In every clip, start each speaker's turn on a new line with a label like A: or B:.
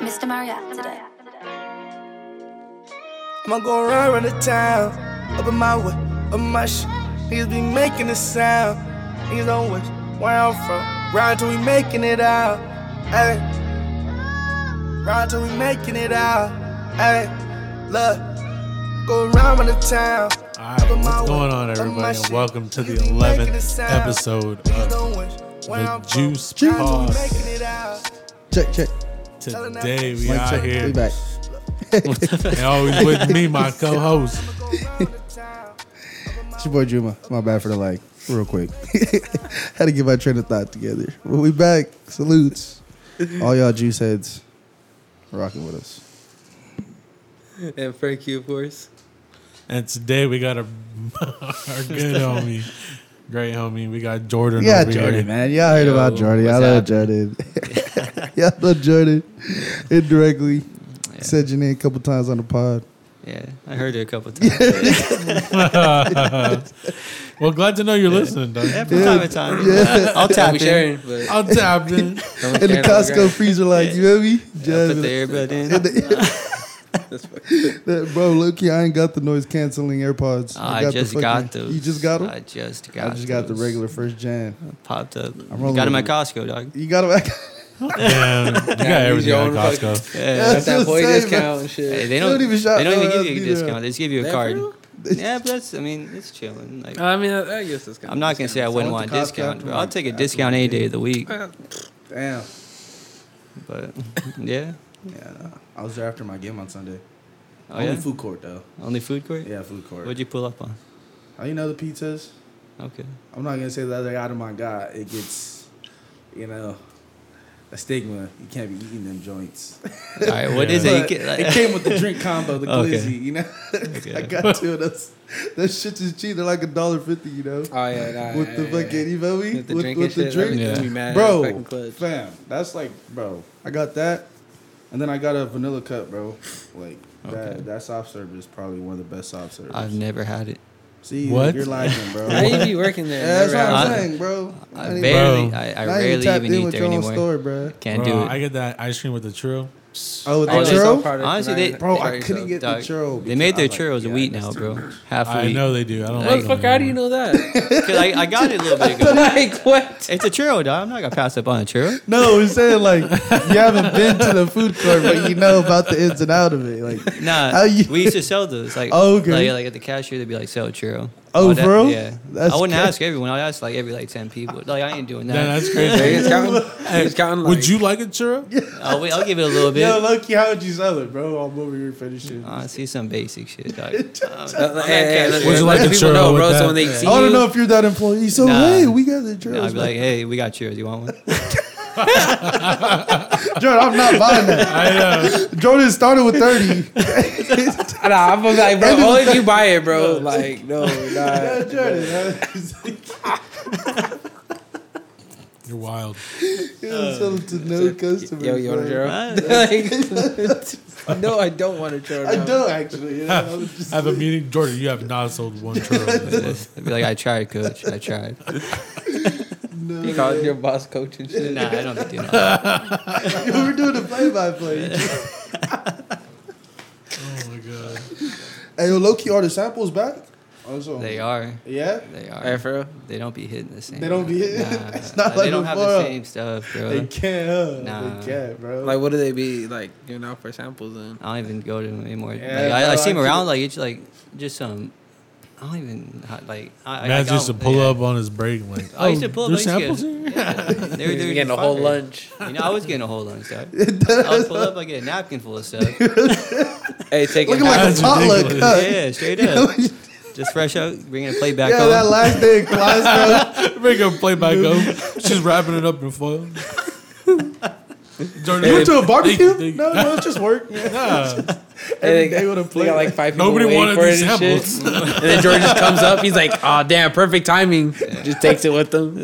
A: Mr. Marriott today.
B: I'm gonna run around the town, up in my way, up my shit. Niggas be making a sound. Niggas don't wish where I'm from. Ride till we making it out. Hey. Ride till we making it out. Hey. Look. Go around the town.
C: Alright, what's going on, everybody? And welcome to the 11th episode of The Juice Pod.
D: Check, check.
C: Today we
D: Mic
C: out
D: check.
C: here.
D: We back.
C: And always with me, my co host.
D: It's your boy Juma. My bad for the like, real quick. Had to get my train of thought together. But we back. Salutes. All y'all juice heads rocking with us.
E: And Frankie, of course.
C: And today we got a, our good homie, great homie. We got Jordan
D: Yeah,
C: over
D: Jordan,
C: here.
D: man. Y'all heard
E: Yo,
D: about Jordan. Y'all
E: what's
D: love Jordan. y'all love Jordan indirectly. Said your name a couple times on the pod.
E: Yeah, I heard it a couple times.
C: Well, glad to know you're listening, dog.
F: Yeah, from time to time. I'll
E: Don't
F: tap
E: be
F: in.
E: sharing, but
C: I'm tapped in.
D: In
E: don't be
D: the
E: sharing all
D: Costco freezer, like, you know me?
E: ground. Put
D: Jasmine.
E: the earbud in.
D: That, bro, look here, I ain't got the noise canceling AirPods.
F: Oh, I, just
D: the
F: got
D: fucking-
F: those.
D: You just got them?
F: I just got.
D: I just got the
F: those.
D: regular first gen.
F: Popped up.
D: rolling
F: got them at
D: with
F: Costco, dog.
D: You got them.
C: Damn, you got
E: Yeah, use
C: everything
E: your
C: at
E: own fucking-
C: Costco.
F: Yeah.
E: Got that
D: what
E: boy
D: I'm saying,
E: discount and shit.
F: Hey, they don't.
D: don't even
F: even
D: shop
F: They don't even
D: at
F: give you a
D: LSD,
F: discount. They just give you a
E: That
F: card.
E: for Uh,
F: Yeah, but that's. I mean, it's chilling. Like,
E: I mean, I, I guess it's kind
F: I'm not gonna say I wouldn't
D: went
F: want
D: to
F: a
D: Costco
F: discount,
D: after
F: bro.
D: my-
F: I'll take a discount any day of the week.
E: Uh,
D: Damn.
F: But yeah.
D: Yeah, nah. I was there after my game on Sunday.
F: Oh
D: Only
F: yeah.
D: food court though.
F: Only food court.
D: Yeah, food court.
F: What'd you pull up on?
D: Oh, you know the pizzas?
F: Okay.
D: I'm not gonna say the other item I got. It gets, you know, a stigma. You can't be eating them joints.
F: All right. What is
D: But
F: it? You get-
D: it came with the drink combo, the
F: Okay.
D: glizzy. You know, I
F: Okay.
D: got two of those. That shit is cheap. They're like a dollar fifty. You know,
E: Oh yeah, nah,
D: with the
E: yeah,
D: fucking, you feel me?
E: yeah. with the drink, and shit,
D: drink.
E: that'd
C: Yeah.
E: be mad
D: Bro,
E: fucking clutch.
D: Fam, that's like, bro. I got that, and then I got a vanilla cup, bro. Like that. That soft serve is probably one of the best soft serves.
F: I've never had it.
D: See,
C: What?
D: you're lying, bro.
E: How you
D: yeah,
E: be working there?
D: that's what
E: Never
D: I'm
E: out.
F: I-
D: saying, bro. Not
F: I
D: even-
F: barely.
C: Bro.
F: I, I
D: not even
F: rarely
D: tapped
F: even
D: in
F: eat
D: with
F: there
D: your own
F: anymore.
D: store, bro.
F: Can't
C: Bro,
F: do it.
C: I get that ice cream with the churro.
D: Oh, the
E: I only saw
D: churro,
E: product
F: Honestly,
E: tonight.
F: they-
D: bro.
E: Sorry,
D: I couldn't
E: so-
D: get
F: Dog,
D: the churro.
F: they made
D: because
F: their
D: I
F: churros
D: like,
F: a
D: yeah,
F: week
D: that's
F: now,
D: too
F: bro.
D: much.
F: Half a
C: I
F: week.
C: know they do. I don't like them
E: Motherfucker, how do you
C: anymore.
E: know that?
F: 'Cause I, I got it a little bit ago.
E: like what?
F: It's a churro, dog. I'm not gonna pass up on a churro.
D: No, I'm saying like you haven't been to the food court, but you know about the ins and out of it. Like,
F: Nah,
D: How you-
F: we used to sell those. Like,
D: Oh, okay.
F: like, like at the cashier, they'd be like, "Sell a churro."
D: Oh,
F: I would-
D: for real?
F: Yeah.
D: That's
F: I wouldn't
D: crazy.
F: ask everyone. I'd ask like every like ten people. Like, I ain't doing
C: Yeah,
F: that.
C: that's crazy.
E: He's counting. He's counting. Like,
C: Would you like a churro?
F: I'll, wait, I'll give it a little bit.
D: yo, Loki, how would you sell it, bro? I'm over here finishing.
F: I see some basic shit, dog. Um,
E: Uh,
F: I'm
E: hey,
F: at
E: hey,
F: cashier.
C: Would
E: let-
C: you
E: let
C: like
E: the
C: a
E: people
C: churro
E: know,
C: with
E: bro?
C: that?
E: So when they see
D: I don't
E: you-
D: know if you're that employee. So
F: Nah.
D: hey, we got the
F: Nah, I'd
D: churros.
F: be like, "Hey, we got churros. You want one?"
D: Jordan, I'm not buying that.
C: I know.
D: Jordan started with thirty.
E: Nah, I'm like, bro, only if you buy it, bro. Like, no, nah.
D: Jordan,
C: You're wild.
D: sell it to no customers.
E: Yo, you want a
D: bro.
E: churro? Like, no, I don't want a churro.
D: I don't actually. Yeah, I was just-
C: I have a meeting, Jordan. You have not sold one churro.
F: I'd be like, "I tried, coach. I tried."
E: You called your boss coach and shit.
F: Nah, I don't be doing all that.
D: you were doing a play-by-play.
C: oh my god.
D: Hey, yo, Loki, are the samples back? Also,
F: They are.
D: Yeah,
F: They
E: All right,
F: are.
E: for real.
F: They don't be hitting the same.
D: They don't be hitting-
F: Nah,
D: It's not
F: they
D: like
F: don't have
D: before.
F: the same stuff, bro.
D: they can't. Huh?
F: Nah.
D: They can't, bro.
E: Like, what do they be like giving out for samples? And
F: I don't even go to them anymore.
D: Yeah,
F: like, I,
D: bro,
F: I see them
D: I
F: around
D: can't-
F: like it's like just some. I don't even how- like. I, I, I
C: Matt's
F: got
C: used to
F: one-
C: pull
F: yeah.
C: up on his break like.
F: I used to pull up.
C: "There's
F: I
C: samples
F: used to
C: here.
F: get- yeah, they were- they were
E: you're getting a whole
F: fire.
E: lunch.
F: You know, I was getting a whole lunch. Dog. I would pull up. I get a napkin full of stuff.
E: Hey, take it.
D: Looking like
C: That's
D: a potluck.
C: ridiculous.
D: huh?
F: yeah, straight up. Just fresh out, bringing a plate back
D: Yeah,
F: home.
D: that last day in class, bro.
C: Make her play back up. She's wrapping it up in foil. Jordan,
D: You went to a barbecue?
C: They- they-
D: no, no, it's just work. Yeah.
C: nah,
E: Hey,
D: They would have
E: They
D: played.
E: got like five people
C: nobody
E: waiting
C: wanted
E: for
C: these
E: it and shit.
C: samples.
E: And then Jordan just comes up. He's like, "Oh damn, perfect timing." Just takes it with them.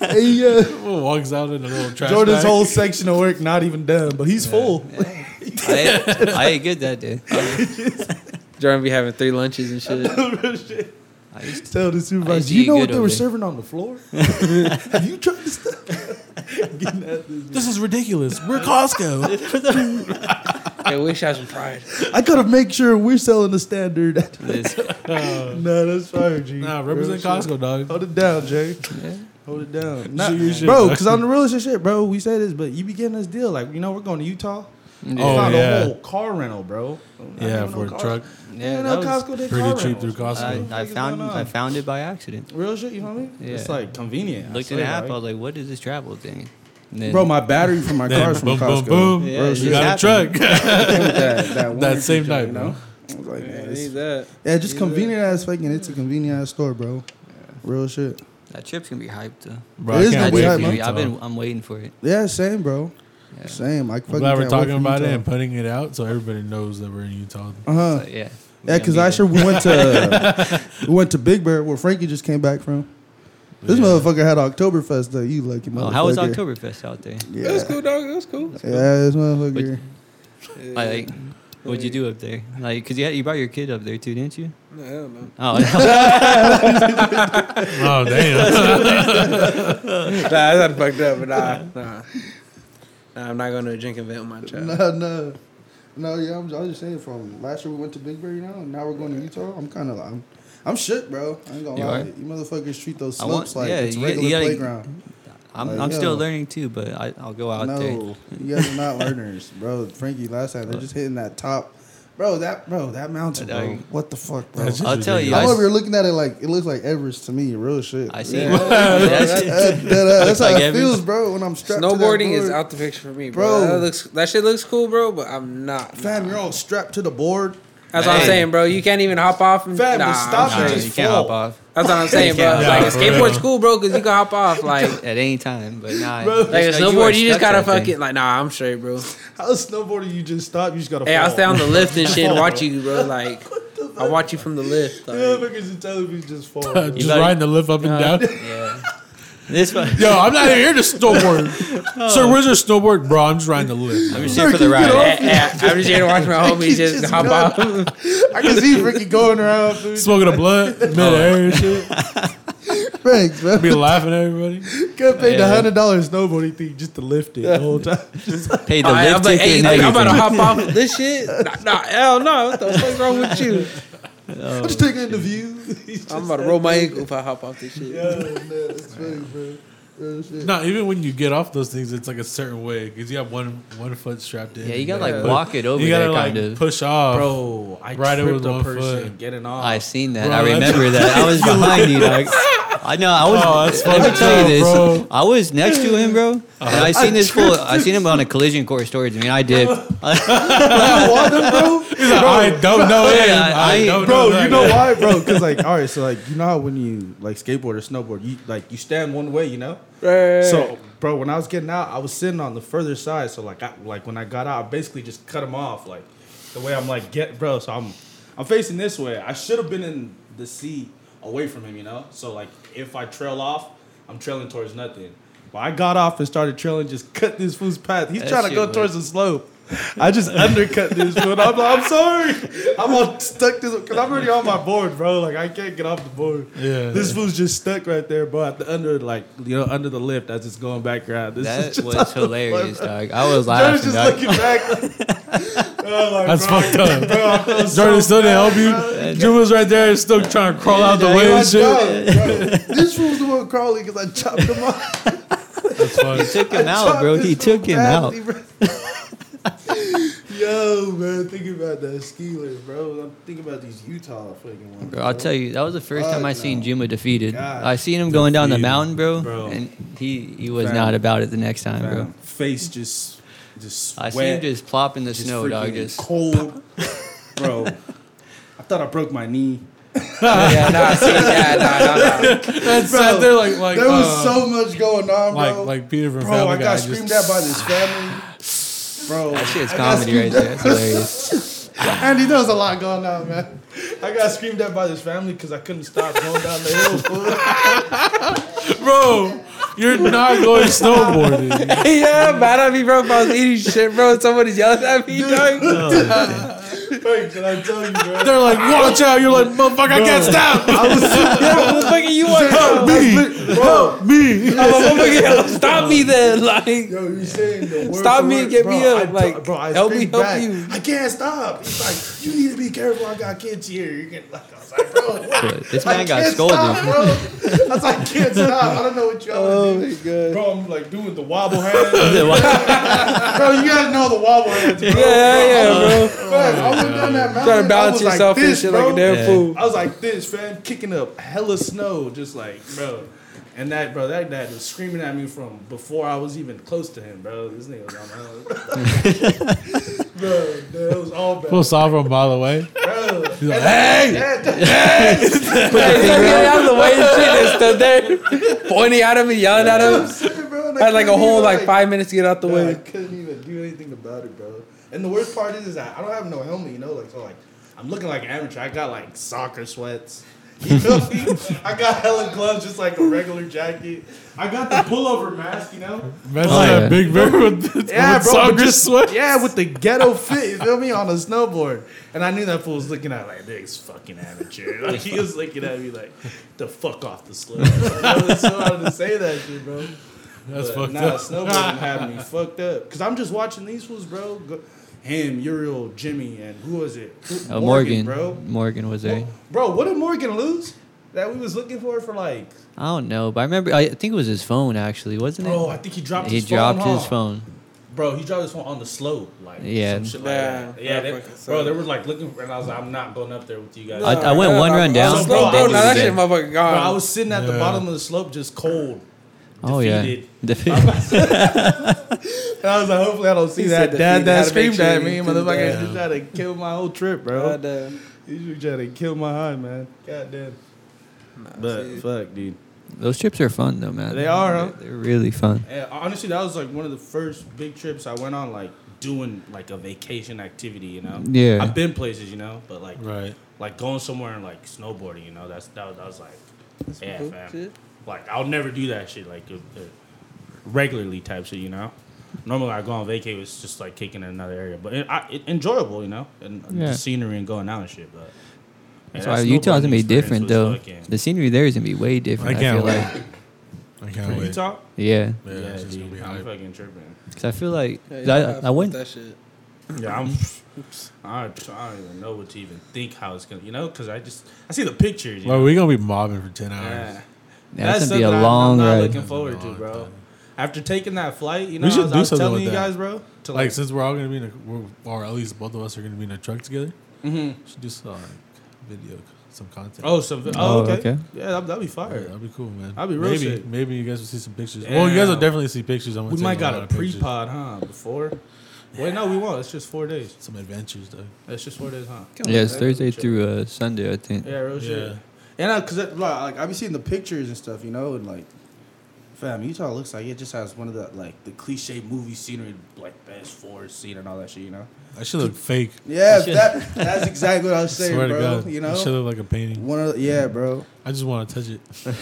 D: hey, uh,
C: Walks out in a little trash
D: Jordan's
C: bag.
D: whole section of work not even done, but he's full.
F: I, ate, I ate good that day.
E: Jordan be having three lunches and shit.
F: I used
D: Tell the
F: I used
D: supervisor,
F: to
D: you
F: eat
D: know
F: good
D: what they
F: over
D: were
F: there."
D: serving on the floor? Have you tried this stuff?
C: This is ridiculous. We're Costco.
E: I wish I was some pride.
D: I gotta make sure we're selling the standard.
F: This-
D: no, that's fire, G.
C: nah, represent
D: Real
C: Costco,
D: shit.
C: dog.
D: Hold it down, Jay. Hold it down, Nah,
C: your shit,
D: bro.
C: dog.
D: Because on the real shit, shit, bro, we say this, but you be getting this deal. Like, you know, we're going to Utah.
F: yeah.
C: Oh,
D: Found
C: yeah.
D: a whole car rental, bro. Not
C: Yeah,
D: even no
C: for a
D: car-
C: truck.
F: yeah,
D: You
F: that
D: know,
F: was-
D: Costco did
C: Pretty
D: car
C: cheap through
D: rentals.
C: Costco.
F: I, I
D: What's
F: found
D: going on?
F: I found it by accident.
D: Real shit, you know what I mean? It's
F: Yeah.
D: like convenient. I
F: Looked at
D: swear,
F: the app.
D: right?
F: I was like, "What is this travel thing?" And then-
D: Bro, my battery for my car
C: Then
D: is from
C: boom, boom,
D: Costco.
C: boom.
F: Yeah,
D: Real
F: it
C: you
D: shit.
C: got a
F: happened.
C: truck.
D: that, that,
C: That same
D: Warranty
C: night,
D: joint,
C: bro.
D: I was like,
E: Yeah,
D: man,
E: I
D: it's-
E: need that.
D: yeah, just
E: Need
D: convenient ass fucking. It's a convenient ass store, bro. Real shit.
F: that trip's gonna be hyped though.
C: Bro,
D: It
C: I
D: is
C: can't
D: gonna
F: That
D: be
C: wait
D: hype,
F: trip's
C: for
F: gonna
D: man.
F: be-
C: Utah.
F: I've been I'm waiting for it.
D: Yeah, same, bro.
F: Yeah.
D: Same. I fucking
C: I'm glad we're
D: can't wait
C: talking
D: for
C: about it
D: Utah.
C: and putting it out so everybody knows that we're in Utah.
D: Uh huh.
F: But yeah.
D: Yeah, because I sure we went to we went to Big Bear where Frankie just came back from. This
C: Yeah. Oh,
D: motherfucker had Oktoberfest though. You lucky motherfucker.
F: Well, how was Oktoberfest out there?
D: Yeah,
E: It was cool, dog. It was cool.
D: yeah, this motherfucker.
F: Like, what'd you do up there? Like, cause you had, you brought your kid up there too, didn't you?
E: Yeah, I don't know.
F: Oh, yeah.
C: Oh, damn.
E: nah, that's not fucked up, but nah, nah. Nah, I'm not going to a drinking event with my child.
D: No, no, no. Yeah, I'm, I was just saying. From last year we went to Big Bear, you know, and now we're going to Utah. I'm kind of I'm, I'm shook, bro. I ain't gonna
F: You
D: lie.
F: are?
D: You motherfuckers treat those
F: I want-
D: slopes like
F: yeah,
D: it's
F: you- you
D: regular
F: gotta-
D: playground.
F: I'm,
D: Like,
F: I'm
D: yo.
F: still learning too, but I, I'll go out
D: no,
F: there.
D: you guys are not learners, bro. Frankie, last time they're just hitting that top, bro. That bro, that mountain,
F: That-
D: bro. What the fuck, bro?
C: That's just
F: I'll tell you,
C: ridiculous.
D: I'm
F: I
D: over here looking at it like it looks like Everest to me, real shit.
F: I see.
D: Yeah. That- that- that- that's
F: Looks
D: how
F: like
D: it
F: Everest.
D: feels, bro. When I'm strapped. to that
E: Snowboarding is
D: board.
E: out the picture for me, bro.
D: Bro.
E: That looks that shit looks cool, bro. But I'm not.
D: Fam,
E: nah.
D: you're all strapped to the board.
E: That's what I'm
F: Hey.
E: saying, bro. You can't even hop off. And,
D: Fam,
E: nah,
D: just stop
E: I'm
D: and
F: Nah,
E: straight.
D: just
F: you can't
D: fall.
F: hop off
E: That's what I'm saying, bro.
F: Yeah,
E: Like a
C: for
E: skateboard's
C: real.
E: cool, bro, because you can hop off. Like
F: at any time, but nah.
E: like a
F: just- are
E: snowboard, you just
F: stuck
E: gotta
F: to that
E: fucking
F: thing.
E: like nah. I'm straight, bro.
D: How snowboarding? You just stop. You just gotta.
E: Hey,
D: fall.
E: I'll stay on the lift and shit and watch you, bro. Like I watch you from the lift. Like,
D: Motherfuckers in television just fall. bro.
C: Just
F: like- Uh,
C: riding the lift up and down.
F: Yeah. This one.
C: Yo, I'm not here to snowboard. Sir, where's your snowboard? Bro, I'm just riding the lift.
F: I'm just
D: Sir,
F: here for the
D: can you get
F: ride.
E: eh, eh, I'm just here to watch my homies just,
D: just
E: hop off.
D: gone. I can see Ricky going around. Food.
C: Smoking a blunt,
D: Oh.
C: midair and shit.
D: Thanks, bro.
C: Be laughing at everybody.
D: Could pay the
F: Yeah.
D: hundred dollars snowboarding thing just to lift it the whole time.
F: Pay the
E: Alright,
F: lift
E: I'm like, hey,
F: ticket. and
E: you think I'm about to
F: everything.
E: hop off of this shit? Nah, nah, hell no. What the fuck's wrong with you?
D: I'm just taking in the view. He's
E: I'm
D: just
E: about to
D: that
E: roll my
D: big.
E: ankle if I hop off this shit.
D: Yeah,
G: Oh,
D: no, that's funny, bro. Real shit.
C: No, even when you get off those things, it's like a certain way because you have one one foot strapped in.
F: Yeah, you gotta
C: gotta
F: like
C: put-
F: walk it over
C: You gotta
F: there,
C: like
F: kind of.
C: push off.
F: Oh,
D: Bro, I
C: Right over
D: tripped
C: the
D: a
C: one
D: person
C: foot.
D: getting off.
F: I've seen that.
C: Bro,
F: I
C: that's-
F: remember that. I was behind you, dog. I know. I was.
C: Oh, that's
F: let me
C: fucked
F: tell
C: up,
F: you this.
C: bro.
F: I was next to him, bro.
D: Uh-huh.
F: And I seen this fool. I seen him on a collision course towards me. and I did.
D: You want them, bro?
C: He's like, I don't know him.
F: Yeah,
C: I,
F: I-
C: don't
D: bro,
C: know that
D: you know
C: guy."
D: why, bro? Because like, all right, so like, you know how when you like skateboard or snowboard, you like you stand one way, you know.
E: Right, right,
D: So, bro, when I was getting out, I was sitting on the further side. So like, I like when I got out, I basically just cut him off, like the way I'm like, get, bro. So I'm, I'm facing this way. I should have been in the sea away from him, you know. So like, if I trail off, I'm trailing towards nothing. But I got off and started trailing, just cut this fool's path. He's
F: That
D: trying to
F: shit
D: go
F: was-
D: towards the slope. I just undercut this fool. and I'm like, I'm sorry. I'm all stuck this because I'm already on my board, bro. Like I can't get off the board.
C: Yeah.
D: This fool's just stuck right there, bro. At the under, like you know, under the lift as it's going back around. This is
F: That
D: just
F: was hilarious, dog. I was
D: Jordan's
F: laughing,
D: just
F: dog.
D: looking back. like- I'm like,
C: That's
D: bro,
C: fucked up.
D: Bro, I feel so
C: Jordan still didn't help
D: bad, bro.
C: you. Drew was right there, still trying to crawl out the
F: Yeah,
C: way
D: Like,
C: and shit.
D: dog, bro, this fool's the one crawling because I chopped him off.
C: That's funny.
F: Took him
D: I
F: out,
D: chopped
F: bro.
D: this
F: He
D: fool
F: took him out.
D: badly, bro. Yo, man, think about that Steelers, bro. I'm thinking about these Utah fucking ones.
F: Bro, I'll tell you, that was the first time I
D: Fuck
F: seen
D: no.
F: Juma defeated.
D: God.
F: I seen him going down the
C: Defeated,
F: mountain, bro,
D: bro.
F: and he he was
D: Fam.
F: not about it the next time,
D: Fam,
F: bro.
D: Face just, just
F: I
D: wet,
F: seen him just plop in the
D: just
F: snow, dog.
D: freaking
F: Just
D: cold, bro. I thought I broke my knee.
E: Yeah, nah, see, yeah, nah, nah, nah.
C: That's sat there like like
D: There was
C: uh,
D: so much going on,
C: like
D: bro.
C: like Peter from
D: bro,
C: Family
D: I
C: Guy.
D: got
C: just-
D: screamed at by this family. Bro,
F: that shit's
D: I got
F: comedy right
D: screamed
F: there.
D: at-
F: That's hilarious.
D: Andy, there was a lot going on, man. I got screamed at by this family because I couldn't stop going down the hill. fool.
C: bro. You're not going snowboarding.
E: yeah, mad at me, bro. If I was eating shit, bro, somebody's yelling at me, dog.
G: Hey, can I tell you, bro?
C: They're like, watch out. You're like, motherfucker, I can't stop.
G: I was,
E: What the fuck are you want?
C: Help me.
G: bro,
C: Me.
E: Stop me then. Like,
G: yo, you saying the word
E: Stop
G: for
E: me
G: word.
E: and get me
G: Bro,
E: up,
G: I-
E: like,
G: bro, I
E: help me,
G: think
E: help
G: back.
E: you.
G: I can't stop. He's like, you need to be careful. I got kids here. You're getting like, I was like, bro, what?
F: This man got
G: can't
F: scolded.
G: Stop, bro. I was like, I can't stop. I don't know what y'all
E: oh
G: do.
E: my god.
G: Bro, I'm like doing the wobble hands.
F: The wa-
G: bro, you gotta know the wobble hands, bro.
E: Yeah, yeah, yeah, bro.
G: Fam, I went down that mountain.
E: Trying to
G: I
E: balance
G: was like
E: yourself and
G: this,
E: shit
G: bro.
E: like a damn
F: Yeah.
E: fool.
G: I was like this, fam, kicking up hella snow, just like, bro. And that, bro, that dad was screaming at me from before I was even close to him, bro. This nigga was on my own. bro, dude, it was all bad,
C: We'll solve them, by the way.
G: bro.
C: He's like, hey.
G: That- that-
E: Hey, start getting out of the way and shit and stood there pointing at him and yelling at him.
G: bro, and I
E: Had like a
G: couldn't
E: whole
G: even,
E: like five minutes to get out the
G: bro, I
E: way.
G: couldn't even do anything about it, bro. And the worst part is, is that I don't have no helmet, you know, like so, like I'm looking like an amateur. I got like soccer sweats. You know, what I mean? I got hella gloves, just like a regular jacket. I got the pullover mask, you know.
C: Imagine
F: Oh,
C: that
F: yeah.
C: big bear with, with
G: Yeah, bro, but
C: soccer
G: just-
C: sweat.
G: Yeah, with the ghetto fit, you feel me, on a snowboard. And I knew that fool was looking at like this fucking amateur. Like he was looking at me like, the fuck off the slope. I was so hard to say that shit, bro.
C: That's
G: But
C: fucked
G: nah,
C: up.
G: snowboarding had me fucked up. Cause I'm just watching these fools, bro. Go, him, Uriel, Jimmy, and who was it? Who-
F: Oh, Morgan,
G: bro.
F: Morgan was there.
G: Bro, what did Morgan lose? That we was looking for for like,
F: I don't know, but I remember. I think it was his phone actually, wasn't it?
G: bro. I think he dropped.
F: he
G: his
F: dropped
G: phone,
F: his
G: huh?
F: phone.
G: Bro, he dropped his phone on the slope, like
F: Yeah.
G: some shit like
E: Yeah,
G: that. Yeah,
E: that
G: they-
E: fucking
G: bro,
E: sucked.
G: they were like looking for, and I was like, I'm not going up there with you guys.
F: I- I went
E: Nah,
F: one
E: nah,
F: run
E: nah,
F: down,
E: nah,
G: bro,
E: Bro,
G: they
E: oh,
G: did
E: no, that
G: it.
E: shit motherfucking
G: bro, I
E: gone.
G: was sitting at the
C: Yeah.
G: bottom of the slope, just cold.
F: Oh yeah,
G: Defeated.
F: Defeated.
G: And I was like, hopefully I don't see
E: He
G: that
E: said
G: dad
E: defeated,
G: that
E: had to make
G: screamed
E: sure
G: at
E: he
G: me,
E: threw
G: motherfucker.
E: that.
G: Just trying to kill my whole trip, bro.
E: Goddamn.
G: You just trying to kill my high, man. God damn. But fuck, dude.
F: those trips are fun though, man.
G: They are, huh?
F: They're, they're really fun.
G: And honestly, that was like one of the first big trips I went on, like doing like a vacation activity. You know,
F: Yeah.
G: I've been places, you know, but like
C: Right.
G: like going somewhere and like snowboarding, you know, that's that was, that was like, yeah,
E: cool
G: fam.
E: shit.
G: Like I'll never do that shit like uh, uh, regularly type shit, you know. Normally I go on vacay, it's just like kicking in another area, but it, I, it, enjoyable, you know, and
F: Yeah.
G: the scenery and going out and shit. But yeah,
F: That's
G: that
F: why Utah's gonna
G: snowboarding
F: be
G: experience
F: different
G: was
F: though.
G: fucking-
F: The scenery there is gonna be way different.
C: I
F: I,
C: can't
F: feel
C: wait.
F: like,
C: I can't wait.
G: Utah,
F: yeah,
C: Yeah,
G: yeah,
C: it's just gonna be
G: dude, I'm
C: hype.
G: fucking tripping.
F: because I feel like
E: Yeah,
F: 'cause
E: you
F: I,
E: have
F: I went.
E: that shit.
G: Yeah, I'm. I, I don't even know what to even think how it's gonna, you know, because I just I see the pictures. You
C: Well,
G: know?
C: we're gonna be mobbing for ten hours.
G: yeah.
F: Yeah, that's gonna be
G: something
F: a
G: I'm-
F: long
G: I'm not
F: ride.
G: looking forward to,
C: Long
G: bro.
C: time.
G: After taking that flight, you know,
C: should
G: I was,
C: do
G: I was
C: something
G: telling
C: with
G: you
C: that.
G: guys, bro, to
C: Like
G: like,
C: since we're all gonna be in a, we're, or at least both of us are gonna be in a truck together, mm-hmm. should do some like, video, some content.
G: oh, some,
F: Oh,
G: oh, okay.
F: okay.
G: yeah, that, that'd be
C: Yeah,
G: fire.
C: that'd be cool, man.
G: That'd be real
C: maybe
G: sick.
C: maybe you guys will see some pictures. Well, you guys will
G: Damn.
C: definitely see pictures. I'm gonna
G: We
C: take
G: might got
C: lot
G: a
C: of pictures.
G: pre-pod, huh? Before, wait, no, we won't. It's just four days.
C: Some adventures though.
G: It's just four days, huh?
F: Yeah, it's
E: man.
F: Thursday through uh, Sunday, I think.
G: Yeah, real shit.
C: Yeah.
G: And I, cause it, like I be seeing the pictures and stuff, you know, and like, fam, Utah looks like it just has one of the like the cliche movie scenery, like best forest scene and all that shit, you know.
C: That should look fake.
G: Yeah, that that's exactly what I was saying,
C: Swear
G: bro.
C: to God,
G: You
C: that should
G: know,
C: look like a painting.
G: one of the, yeah, bro.
C: I just want to touch it.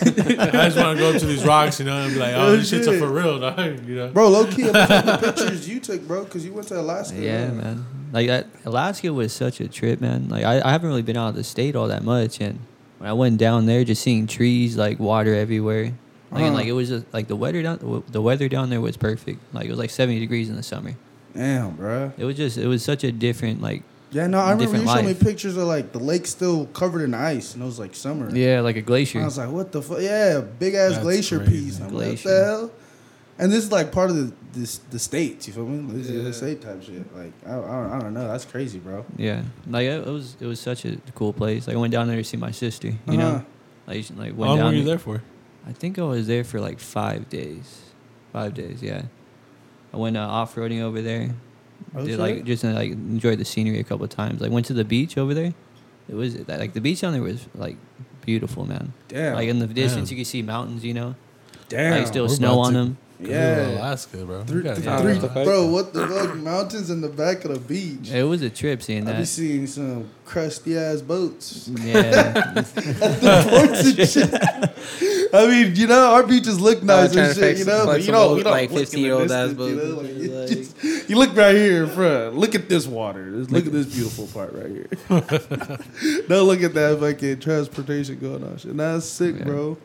C: I just want to go up to these rocks, you know, and be like, "Oh, these shits are
G: shit.
C: for real, dog." You know,
G: Bro, low key, I'm taking the pictures you took, bro, because you went to Alaska.
F: Yeah,
G: right?
F: man. Like that, Alaska was such a trip, man. Like I, I haven't really been out of the state all that much, and when I went down there, just seeing trees, like water everywhere. Like, and, like it was just, like the weather down the weather down there was perfect. Like it was like seventy degrees in the summer.
G: Damn, bro.
F: It was just it was such a different like
G: Yeah, no, I remember
F: Different
G: you showed me
F: life.
G: pictures of like the lake still covered in ice, and it was like summer.
F: yeah like a
G: I
F: glacier.
G: was like, what the fuck? Yeah, big ass
C: That's
G: glacier
C: crazy.
G: piece. I'm
F: Glacier.
G: Like, what the hell? And this is like part of the this the states. You feel me? This is
E: Yeah.
G: the state type shit. Like, I, I, don't, I don't know. That's crazy, bro.
F: Yeah, like it, it was it was such a cool place. Like I went down there to see my sister. You
G: Uh-huh.
F: know, like she- like
C: how
F: went
C: long
F: down.
C: were you
F: there-
C: there for?
F: I think I was there for like five days. Five days, yeah. I went uh, off roading over there.
G: Oh,
F: Did
G: shit.
F: like just uh, like enjoyed the scenery a couple times. Like went to the beach over there. It was that- like the beach down there was like beautiful, man.
G: Damn.
F: Like in the distance,
C: Damn.
F: you could see mountains. You know,
G: Damn.
F: like still
C: We're
F: snow
C: about
F: on
C: to-
F: them.
C: Yeah,
G: yeah.
C: Alaska, bro.
G: Three,
C: We gotta
G: three,
C: talk
E: three-
C: about that.
G: bro, what the fuck? Mountains in the back of the beach.
F: It was a trip seeing
G: I be
F: that.
G: seeing some crusty ass boats.
F: Yeah,
G: Ports and shit. I mean, you know, our beaches look
E: I was
G: nice
E: trying
G: and
E: to
G: shit,
E: fix
G: you know,
E: like
G: but you
E: some
G: know,
E: old,
G: we don't
E: like,
G: look in the
E: 15-year-old ass
G: distance, you know,
E: boats.
G: like, it
E: Like-
G: just- You look right here in front. Look at this water. Just Look at this beautiful part right here. Don't look at that fucking transportation going on shit. That's sick,
F: Yeah.
G: bro.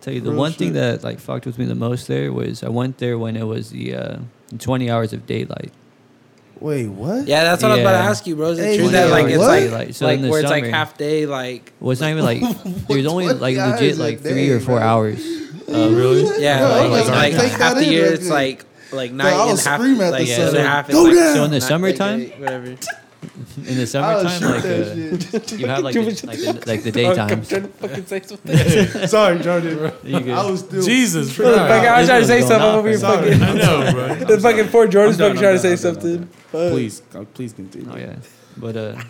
F: Tell you the
G: Real
F: one
G: shit.
F: thing that like fucked with me the most there was I went there when it was the uh, 20 hours of daylight.
G: Wait, what?
E: Yeah, that's what I was about to
F: Yeah.
E: ask you, bro. Is
G: Hey,
E: it true that
G: yeah,
E: like it's
G: what?
E: like
F: Like,
E: like,
F: so in the
E: where it's like
F: summer-
E: half day, like
F: Well, it's not even like there's only
G: what
F: like
G: hours
F: legit
G: a
F: like three or
G: day,
F: four
G: bro?
F: hours. Uh,
C: really?
E: yeah,
G: Bro,
F: I'm
E: like,
F: like,
E: like,
G: take that
E: half the
G: in
E: year
G: right
E: it's
G: there.
E: like like
G: I
E: night
G: would
E: and half
G: scream at
E: like
G: the
E: yeah, the
F: sun.
E: other half is
G: Go
E: like
G: down!
F: So in the
E: night,
F: summertime?
E: like, whatever.
F: In the
G: I'll
F: summertime,
G: shoot
F: like
G: Oh, that
F: uh,
G: shit.
F: you have like
E: Too
F: the,
E: much-
F: like the, like the daytime.
E: trying to fucking say something.
G: Sorry, Jordan.
F: You good.
G: I was still
C: Jesus
E: Fuck,
C: Christ.
E: I was trying to say
F: It's been
E: something
F: going on
E: over here.
G: for a
E: Fucking
G: minute.
C: I know, bro.
E: the fucking poor Jordan's fucking
G: I'm done,
E: trying to say
G: I'm done, I'm done, I'm
E: something.
G: Please, uh, please continue.
F: Oh yeah, but uh,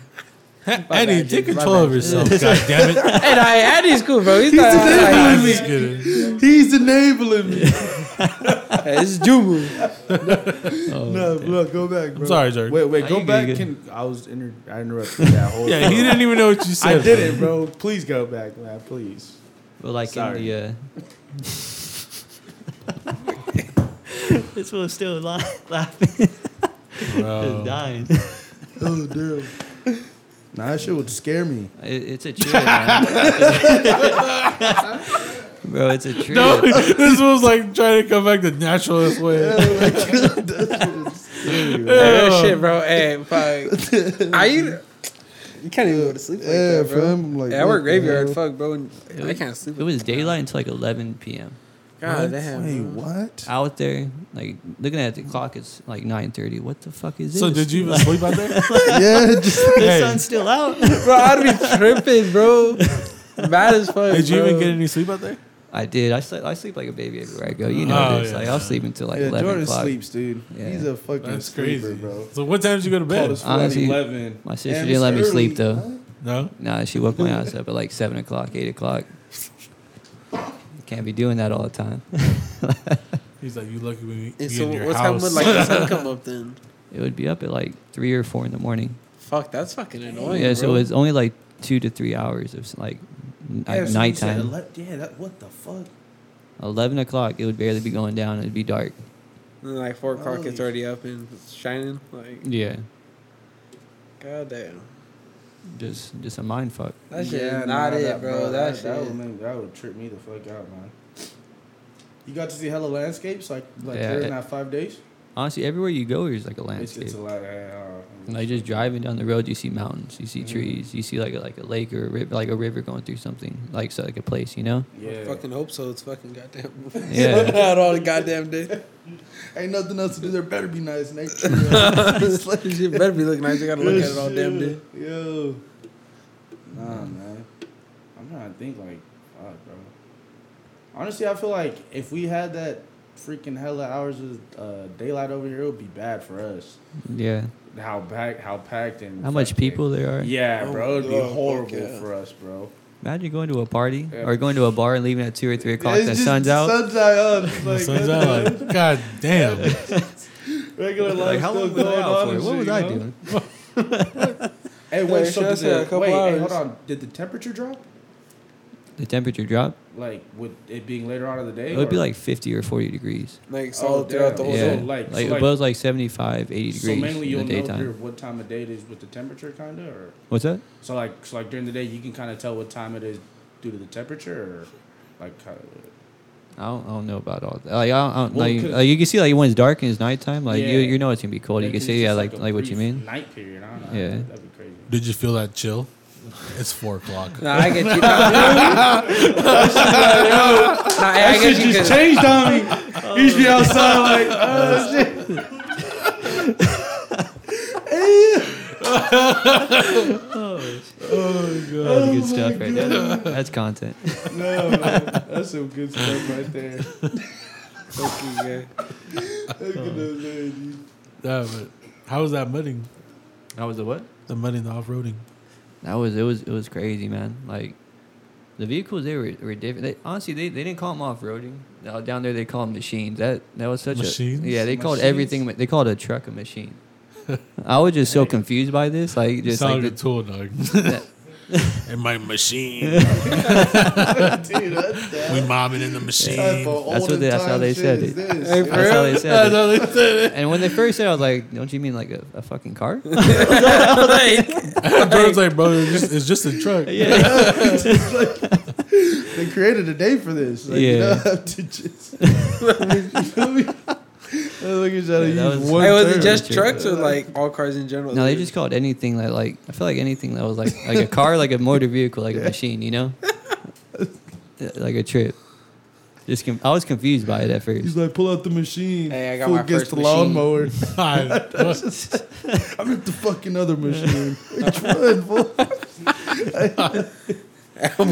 C: Eddie, take
E: bad, dude. My
C: control
E: bad.
C: of yourself. God damn it.
E: And I Andy's cool, bro. He's not.
C: I'm
E: like,
C: just kidding.
G: He's enabling me.
E: hey, this is Jumu.
G: no, look, go back, bro.
C: I'm sorry, Jordan.
G: Wait, wait,
F: Nah,
G: go
F: you good, you
G: back.
F: good.
G: Can, I was inter- I interrupted that whole.
C: Yeah, he didn't even know what you
G: I
C: said.
G: did it, bro. Please go back, man. Please.
F: but like
G: Sorry.
F: in the. Uh, this one's still laughing,
C: bro.
F: dying.
G: Oh damn. Nah, that shit would scare me.
F: It, it's a trip, man. bro. It's a trip.
C: No, this was like trying to come back the naturalist way.
E: Hey, that shit, bro. Hey, fuck. I you can't even go to sleep like
G: Yeah,
E: that, bro.
G: fam, I'm like,
E: Hey, I
G: what
E: work
G: the
E: graveyard,
G: hell?
E: fuck, bro. And
F: It
E: I
F: was-
E: can't sleep.
F: It was daylight until like 11 p.m.
E: God damn.
G: Wait,
E: bro.
G: what?
F: Out there, like looking at the clock, it's like 9:30. What the fuck is this?
C: So did you even
F: Like,
C: sleep out there?
G: yeah, just,
F: the
C: Hey.
F: sun's still out.
E: bro, I'd be tripping, bro. Bad as fuck.
C: Did you
E: bro.
C: even get any sleep out there?
F: I did. I sleep. I sleep like a baby everywhere I go. You know
C: Oh,
F: this.
C: yeah.
F: Like I'll sleep until like
G: yeah,
F: 11
G: Jordan
F: o'clock.
G: sleeps, dude.
F: Yeah.
G: He's a fucking
C: That's
G: sleeper,
C: crazy,
G: bro.
C: So what time did you go to
G: Called
C: bed?
G: us
F: Honestly,
G: at eleven.
F: My sister
G: And
F: didn't let me
G: it's
F: sleep
G: early,
F: though.
G: huh?
C: No.
F: Nah, she woke my ass up at like seven o'clock, eight o'clock. Can't be doing that all the time.
C: He's like, you lucky we be
E: And so
C: in your
E: what time
C: house.
E: would like the sun come up then?
F: It would be up at like three or four in the morning.
E: Fuck, that's fucking annoying.
F: yeah, so
E: bro.
F: it's only like two to three hours of like n-
G: Yeah, so you
F: nighttime.
G: said ele- Yeah, that, what the fuck?
F: Eleven o'clock, it would barely be going down. It'd be dark.
E: And then, like four o'clock, it's
G: Holy-
E: already up and it's shining. Like,
F: Yeah,
E: goddamn,
F: just just a mind fuck.
E: that shit is not
G: nah,
E: it,
G: that-
E: bro. That, shit.
G: would make, that would trip me the fuck out, man. You got to see hella landscapes like like
F: Yeah,
G: during
F: it-
G: that five days.
F: Honestly, everywhere you go, there's like a
G: It's,
F: landscape.
G: it's a lot. Uh,
F: like just driving down the road, you see mountains, you see
G: Mhm.
F: trees, you see like a, like a lake or a river, like a river going through something, like so like a place, you know?
E: I
G: yeah.
E: fucking hope so. It's fucking goddamn.
F: Yeah.
E: Yeah. out all the goddamn day.
G: Ain't nothing else to do. There better be nice nature.
E: This shit better be looking nice. I gotta look at it all damn day.
G: Yo. Nah, man. I'm trying to think like, fuck, bro. Honestly, I feel like if we had that freaking hella hours of uh, daylight over here, it would be bad for us.
F: Yeah.
G: How packed, how packed, and
F: How much
G: fucking-
F: people there are.
G: Yeah,
E: Oh
G: bro, it'd be
E: my God, fuck
G: horrible
E: yeah.
G: for us, bro.
F: Imagine going to a party
G: Yeah.
F: or going to a bar and leaving at two or three o'clock.
G: It's
F: the
G: just-
F: sun's out.
G: Sun's out. oh, it's
C: The
G: like,
C: sun's out, like, God damn.
G: Regular life
F: like how long
G: still
F: was I
G: going
F: out for?
G: on. and
F: What
G: shit,
F: was I
G: you know?
F: doing?
G: Hey, wait,
E: Yeah,
G: so
E: should I
G: did
E: say a
G: the,
E: couple
G: wait,
E: hours?
G: hey, hold on. Did the temperature drop?
F: The temperature dropped.
G: Like with it being later on in the day?
F: It would be
G: or-
F: like fifty or forty degrees.
E: Like
G: Oh,
E: solid throughout the
G: damn.
E: whole
F: yeah,
E: day.
G: so, like-
F: like,
G: so,
F: it
G: like-
F: was like 75, 80 degrees
G: So mainly you'll
F: in the
G: know
F: daytime.
G: through what time of day it is with the temperature, kind of, or
F: What's that?
G: so like so like during the day you can kind of tell what time it is due to the temperature, or like kind of,
F: I don't, I don't know about all that. Like, I don't, I don't,
G: Well,
F: like,
G: 'cause-
F: like you can see like when it's dark and it's nighttime, like you
G: Yeah.
F: you know it's gonna be cold. You can see yeah, like like, what you mean.
G: night period. I don't know.
F: Yeah.
G: that'd be crazy.
C: Did you feel that chill? It's four o'clock.
E: Nah, I get you. Nah, nah, I get you. 'cause-
G: changed on me. You
F: Oh.
G: should be outside like oh shit.
F: That's
G: Oh
F: good stuff right there. That's content.
G: No, man. that's some good stuff right there.
E: Fuck you, yeah.
G: Look at those ladies.
C: Yeah, but how was that mudding?
F: That was the what?
C: The mudding, the off-roading.
F: That was it was it was crazy, man. Like the vehicles they were were different. They, honestly, they, they didn't call them off roading. Down there, they call them machines. That that was such
C: Machines?
F: a yeah. They called
G: Machines?
F: everything. They called a truck a machine. I was just so confused by this. Like
C: You
F: just
C: sound
F: like
C: like a
F: the,
C: tool dog. and my machine.
D: Dude, that's
C: we
D: that.
C: mobbing in the
D: That's
C: machine.
D: for
F: That's what they- that's
D: olden
F: how they
D: time
F: said
D: shit
F: it.
D: is this.
F: That's how they said it.
C: That's how they said it.
F: And when they first said, it, I was like, "Don't you mean like a, a fucking car?"
C: I was like, bro, it's just, it's just a truck.
F: yeah,
D: They created a day for this. Like, You don't
F: Yeah.
D: have to just. you feel me? Look at that.
F: Yeah, that
D: use
F: was-
D: one
E: Hey, was
D: term.
E: it just
F: True.
E: trucks or like all cars in
D: Oh,
E: general?
F: no, they just called anything that like I feel like anything that was like like a car, like a motor vehicle, like a machine, you know, Yeah, like a trip. Just com- I was confused by it at
D: He's
F: first.
D: like, pull out the machine.
E: Hey, I got
D: Fool
E: my
D: gets
E: first
D: the
E: machine.
D: lawnmower.
C: I,
D: I'm at the fucking other machine. Which one? fool?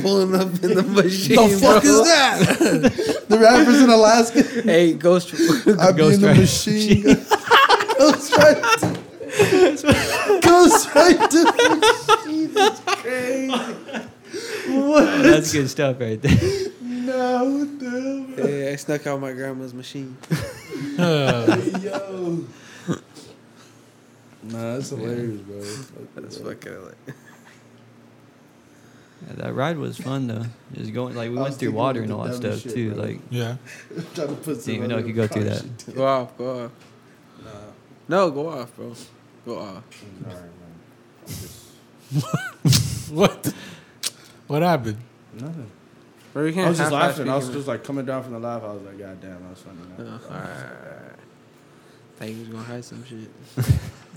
E: pulling up in the machine.
D: the fuck
E: bro.
D: is that? the rappers in Alaska.
E: Hey, Ghost.
D: I'm
F: Ghost
D: in the
F: Rider.
D: machine. Ghost Rider. Ghost Rider. Jesus Christ. What?
F: That's good stuff right there.
D: No, what the hell, man?
E: Hey, I snuck out my grandma's machine.
C: uh,
D: Yo. Nah, that's hilarious, bro.
E: That's fucking. hilarious.
F: Yeah, that ride was fun though. Just going like we
D: I
F: went
D: was
F: through
D: thinking
F: water
D: of the
F: and all that
D: dumb
F: stuff
D: shit,
F: too.
D: bro.
F: Like
C: yeah.
D: Trying to put some
F: even know
D: other
F: I could go through
D: caution
F: that.
D: to it.
E: Go off, go off. No, go off, bro. Go off.
C: What? What happened?
G: Nothing.
E: Bro, you can't
G: I was just
E: half-ass
G: laughing. I
E: be
G: was
E: human.
G: just like coming down from the laugh. I was like, God damn, that was funny.
E: Oh, all right. Thought you was gonna hide some shit.